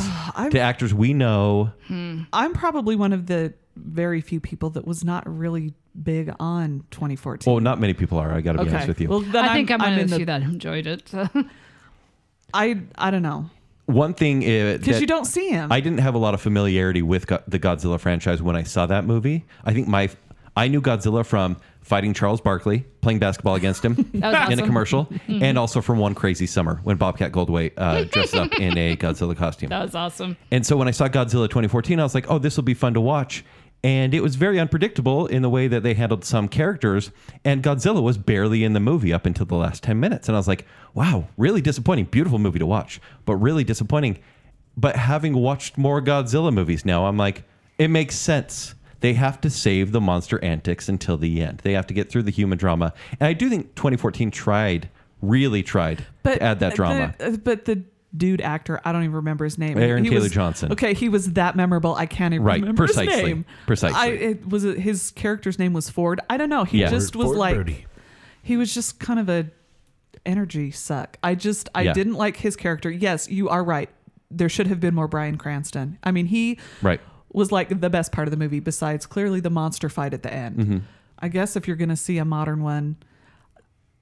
Speaker 4: to actors we know
Speaker 5: I'm probably one of the very few people that was not really big on 2014.
Speaker 4: well not many people are I got to be honest with you
Speaker 5: Well, then
Speaker 6: I think I'm, one
Speaker 5: in
Speaker 6: of the
Speaker 5: the-
Speaker 6: few that enjoyed it.
Speaker 5: I I don't know
Speaker 4: one thing is
Speaker 5: because you don't see him.
Speaker 4: I didn't have a lot of familiarity with Go- the Godzilla franchise when I saw that movie. I think my I knew Godzilla from fighting Charles Barkley, playing basketball against him in
Speaker 6: was
Speaker 4: a
Speaker 6: awesome.
Speaker 4: commercial, and also from One Crazy Summer when Bobcat Goldthwait uh, dressed up in a Godzilla costume.
Speaker 6: that was awesome.
Speaker 4: And so when I saw Godzilla 2014, I was like, oh, this will be fun to watch. And it was very unpredictable in the way that they handled some characters. And Godzilla was barely in the movie up until the last 10 minutes. And I was like, wow, really disappointing. Beautiful movie to watch, but really disappointing. But having watched more Godzilla movies now, I'm like, it makes sense. They have to save the monster antics until the end. They have to get through the human drama. And I do think 2014 tried, really tried to add that
Speaker 5: the-
Speaker 4: drama.
Speaker 5: uh, but the dude actor, I don't even remember his name.
Speaker 4: Aaron
Speaker 5: He
Speaker 4: Taylor
Speaker 5: was-
Speaker 4: Johnson.
Speaker 5: Okay, he was that memorable. I can't even
Speaker 4: Right,
Speaker 5: remember
Speaker 4: precisely,
Speaker 5: his name.
Speaker 4: precisely.
Speaker 5: I, it was his character's name was Ford. I don't know. He
Speaker 4: Yeah.
Speaker 5: just was
Speaker 3: Ford
Speaker 5: like
Speaker 3: Birdie.
Speaker 5: he was just kind of a energy suck. I just I
Speaker 4: Yeah.
Speaker 5: didn't like his character. Yes, you are right. There should have been more Brian Cranston. I mean, he
Speaker 4: Right.
Speaker 5: was like the best part of the movie besides clearly the monster fight at the end.
Speaker 4: Mm-hmm.
Speaker 5: I guess if you're going to see a modern one,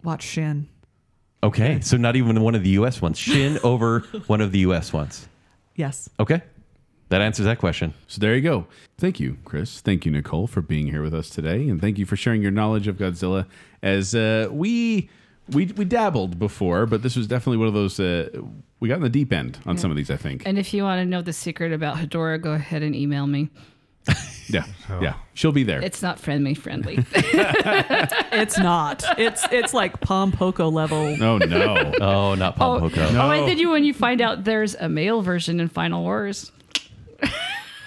Speaker 5: watch Shin.
Speaker 4: Okay, so not even one of the U.S. ones. Shin over one of the U.S. ones.
Speaker 5: Yes.
Speaker 4: Okay, that answers that question.
Speaker 2: So there you go. Thank you, Chris. Thank you, Nicole, for being here with us today, and thank you for sharing your knowledge of Godzilla. As uh, we we we dabbled before, but this was definitely one of those uh, we got in the deep end on some of these. I think.
Speaker 6: And if you want to know the secret about Hedora, go ahead and email me.
Speaker 2: yeah, yeah. She'll be there.
Speaker 6: It's not friendly friendly.
Speaker 5: It's not. It's it's like Pom Poko level.
Speaker 2: oh no.
Speaker 4: Oh, not Pom
Speaker 6: oh,
Speaker 4: Poko.
Speaker 6: oh, and then you when you find out there's a male version in Final Wars.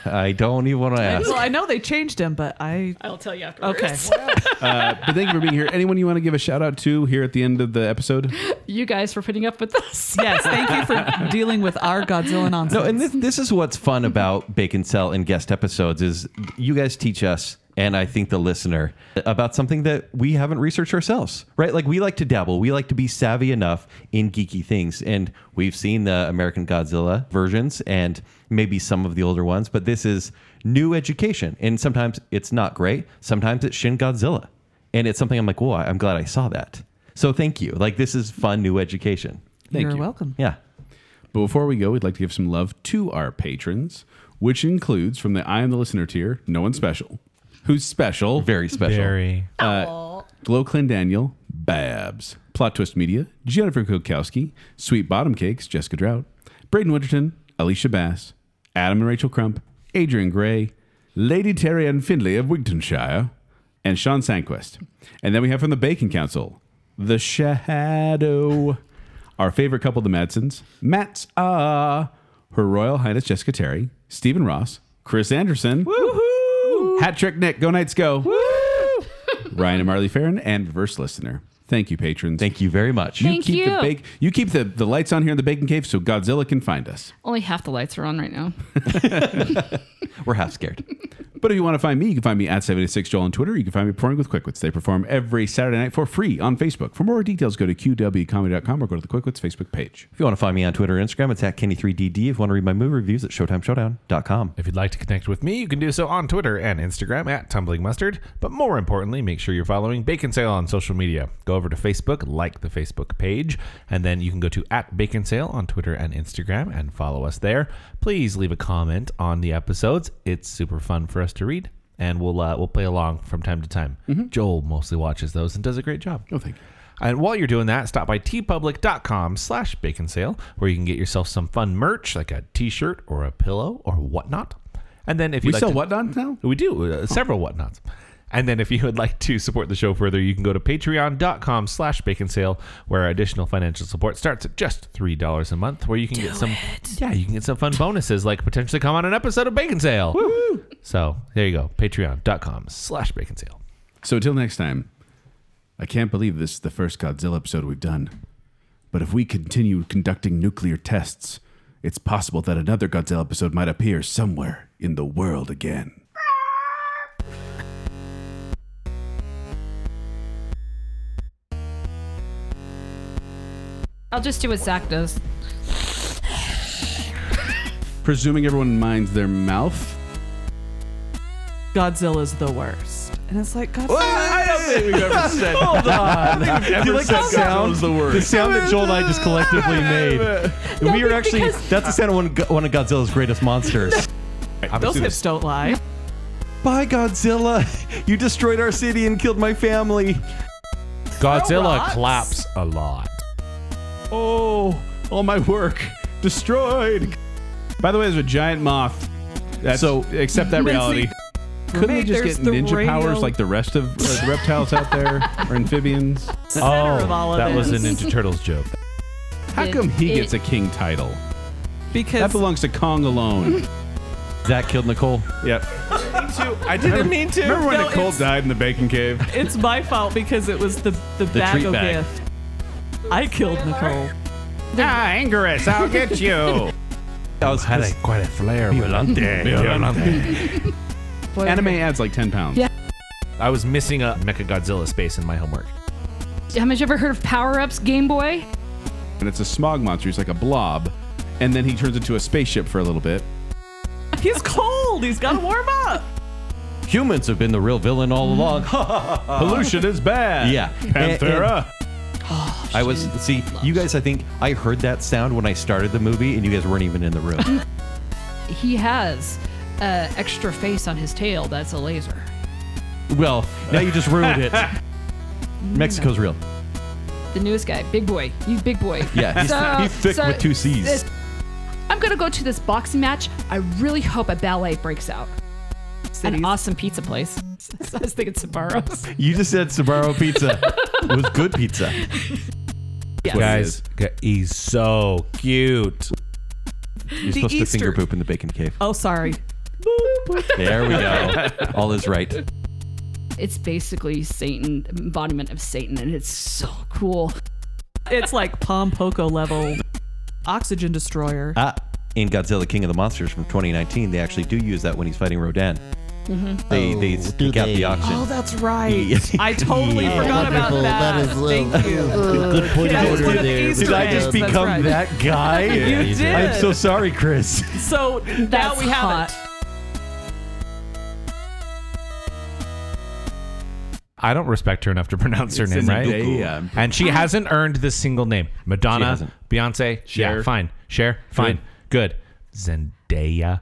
Speaker 4: I don't even want to ask.
Speaker 5: Well, I know they changed him, but I
Speaker 6: I'll tell you afterwards.
Speaker 5: okay.
Speaker 2: but thank you for being here. Anyone you want to give a shout out to here at the end of the episode?
Speaker 6: You guys for putting up with us.
Speaker 5: yes, thank you for dealing with our Godzilla nonsense.
Speaker 4: No, and this, this is what's fun about Bacon Cell and guest episodes is you guys teach us, and I think the listener, about something that we haven't researched ourselves, right? Like we like to dabble, we like to be savvy enough in geeky things, and we've seen the American Godzilla versions and maybe some of the older ones, but this is new education, and sometimes it's not great. Sometimes it's Shin Godzilla, and it's something I'm like, whoa, I'm glad I saw that. So thank you. Like this is fun new education.
Speaker 5: You're
Speaker 2: you.
Speaker 5: welcome.
Speaker 4: Yeah.
Speaker 2: But before we go, we'd like to give some love to our patrons, which includes from the I Am the Listener tier, No One Special. Who's special?
Speaker 4: Very special.
Speaker 3: Very.
Speaker 2: Glow Clin Daniel, Babs, Plot Twist Media, Jennifer Kokowski, Sweet Bottom Cakes, Jessica Drought, Braden Winterton, Alicia Bass, Adam and Rachel Crump, Adrian Gray, Lady Terry Ann Findlay of Wigtonshire, and Sean Sanquist. And then we have from the Bacon Council, The Shadow, our favorite couple, the Madsons, Matt's Ah, Her Royal Highness Jessica Terry, Stephen Ross, Chris Anderson, Woohoo! Hat Trick Nick, Go Knights Go! Ryan and Marley Farron and Reverse Listener. Thank you, patrons.
Speaker 4: Thank you very much.
Speaker 6: Thank
Speaker 2: keep The
Speaker 6: you.
Speaker 2: bake, you keep the, the lights on here in the Bacon Cave so Godzilla can find us.
Speaker 6: Only half the lights are on right now.
Speaker 4: We're half scared.
Speaker 2: But if you want to find me, you can find me at 76Joel on Twitter. You can find me performing with Quickwits. They perform every Saturday night for free on Facebook. For more details, go to qwcomedy.com or go to the Quickwits Facebook page.
Speaker 4: If you want to find me on Twitter or Instagram, it's at Kenny3DD. If you want to read my movie reviews, it's ShowtimeShowdown.com.
Speaker 3: If you'd like to connect with me, you can do so on Twitter and Instagram at Tumbling Mustard. But more importantly, make sure you're following Bacon Sale on social media. Go over to Facebook, like the Facebook page, and then you can go to at Bacon Sale on Twitter and Instagram and follow us there. Please leave a comment on the episodes. It's super fun for us to read, and we'll uh, we'll play along from time to time. Joel mostly watches those and does a great job.
Speaker 2: Mm-hmm. Oh, thank you.
Speaker 3: And while you're doing that, stop by tpublic.com slash bacon sale, where you can get yourself some fun merch, like a t-shirt or a pillow or whatnot. And then if you
Speaker 2: We
Speaker 3: like
Speaker 2: sell
Speaker 3: to-
Speaker 2: what on now?
Speaker 3: We do. Uh, several whatnots. And then if you would like to support the show further, you can go to patreon.com slash bacon sale, where our additional financial support starts at just $3 a month, where you can get some, yeah, you can get some fun bonuses like potentially come on an episode of bacon sale. Woo! So there you go. Patreon.com slash bacon sale.
Speaker 2: So until next time, I can't believe this is the first Godzilla episode we've done. But if we continue conducting nuclear tests, it's possible that another Godzilla episode might appear somewhere in the world again.
Speaker 6: I'll just do what Zach does.
Speaker 2: Presuming everyone minds their mouth.
Speaker 5: Godzilla's the worst. And it's like, Godzilla.
Speaker 4: Do you like oh, that sound? The, sound that Joel and I just collectively made. we were actually, that's the sound of one, of Go- one of Godzilla's greatest monsters.
Speaker 5: Those hips don't lie.
Speaker 4: Bye, Godzilla. You destroyed our city and killed my family.
Speaker 3: Godzilla
Speaker 5: rocks.
Speaker 3: claps a lot.
Speaker 2: Oh, all my work destroyed. By the way, there's a giant moth. That's, so accept that reality. Couldn't they
Speaker 5: Mate,
Speaker 2: just get
Speaker 5: there's the
Speaker 2: ninja
Speaker 5: radio-
Speaker 2: powers like the rest of uh, the reptiles out there or amphibians?
Speaker 5: Center of all of
Speaker 3: Oh, that was a
Speaker 5: this.
Speaker 3: Ninja Turtles joke.
Speaker 2: How
Speaker 6: It-
Speaker 2: come he
Speaker 6: it-
Speaker 2: gets a king title? That
Speaker 5: Because
Speaker 2: belongs to Kong alone.
Speaker 4: Zach killed Nicole.
Speaker 2: Yep.
Speaker 4: I didn't mean to.
Speaker 2: Remember when
Speaker 5: No,
Speaker 2: Nicole
Speaker 5: it's-
Speaker 2: died in the bacon cave?
Speaker 5: it's my fault because it was the, the, bag
Speaker 4: treat
Speaker 5: of
Speaker 4: bag.
Speaker 5: gift. I killed Nicole.
Speaker 2: ah, Angerus, I'll get you.
Speaker 4: I was had a,
Speaker 3: quite a flair.
Speaker 6: Boy,
Speaker 2: Anime adds like 10 pounds.
Speaker 6: Yeah.
Speaker 3: I was missing a Mecha Godzilla space in my homework.
Speaker 6: How much you ever heard of Power Ups Game Boy?
Speaker 2: And it's a smog monster. He's like a blob. And then he turns into a spaceship for a little bit.
Speaker 5: He's cold. He's got to warm up.
Speaker 4: humans have been the real villain all along.
Speaker 2: Pollution is bad.
Speaker 4: Yeah.
Speaker 2: Panthera.
Speaker 4: I was see you guys. I think I heard that sound when I started the movie, and you guys weren't even in the room.
Speaker 6: He has uh, extra face on his tail. That's a laser.
Speaker 4: well, now you just ruined it. Mexico's real.
Speaker 6: The newest guy, Big Boy. He's Big Boy.
Speaker 4: Yeah, he's- he's thick with two Cs.
Speaker 6: this- I'm gonna go to this boxing match. I really hope a ballet breaks out. An awesome pizza place. I was thinking Sabaros.
Speaker 4: You just said Sabaro pizza was good pizza.
Speaker 2: What it
Speaker 3: Guys,
Speaker 2: is.
Speaker 3: g- he's so cute.
Speaker 4: You're supposed to
Speaker 5: Easter-
Speaker 4: finger poop in the bacon cave.
Speaker 5: Oh, sorry.
Speaker 4: There we go. All is right.
Speaker 6: It's basically Satan, embodiment of Satan, and it's so cool.
Speaker 5: It's like Pom Poco level oxygen destroyer.
Speaker 4: Ah, in Godzilla King of the Monsters from 2019, they actually do use that when he's fighting Rodan. They they
Speaker 8: do
Speaker 4: take out
Speaker 8: they?
Speaker 4: the oxygen.
Speaker 5: Mm-hmm. Oh, that's right.
Speaker 4: Yeah.
Speaker 5: I totally
Speaker 4: Yeah.
Speaker 5: forgot about
Speaker 8: Oh, Wonderful.
Speaker 5: that.
Speaker 8: That is a-
Speaker 5: Thank you.
Speaker 8: Good point
Speaker 5: That
Speaker 8: of
Speaker 5: was
Speaker 8: order
Speaker 5: one of the
Speaker 8: there.
Speaker 5: Easter
Speaker 8: Mr.
Speaker 5: eggs.
Speaker 8: Dub.
Speaker 5: That's right.
Speaker 4: that guy?
Speaker 5: You did.
Speaker 4: I'm so sorry, Chris.
Speaker 5: So now
Speaker 6: That's
Speaker 5: we have
Speaker 6: hot.
Speaker 5: it.
Speaker 3: I don't respect her enough to pronounce her
Speaker 2: It's
Speaker 3: name,
Speaker 2: in the
Speaker 3: right?
Speaker 2: Dooku. Yeah.
Speaker 3: And she hasn't earned this single name. Madonna,
Speaker 4: hasn't.
Speaker 3: Beyonce,
Speaker 2: Cher.
Speaker 3: yeah, fine. Cher, fine. Good. Zendaya.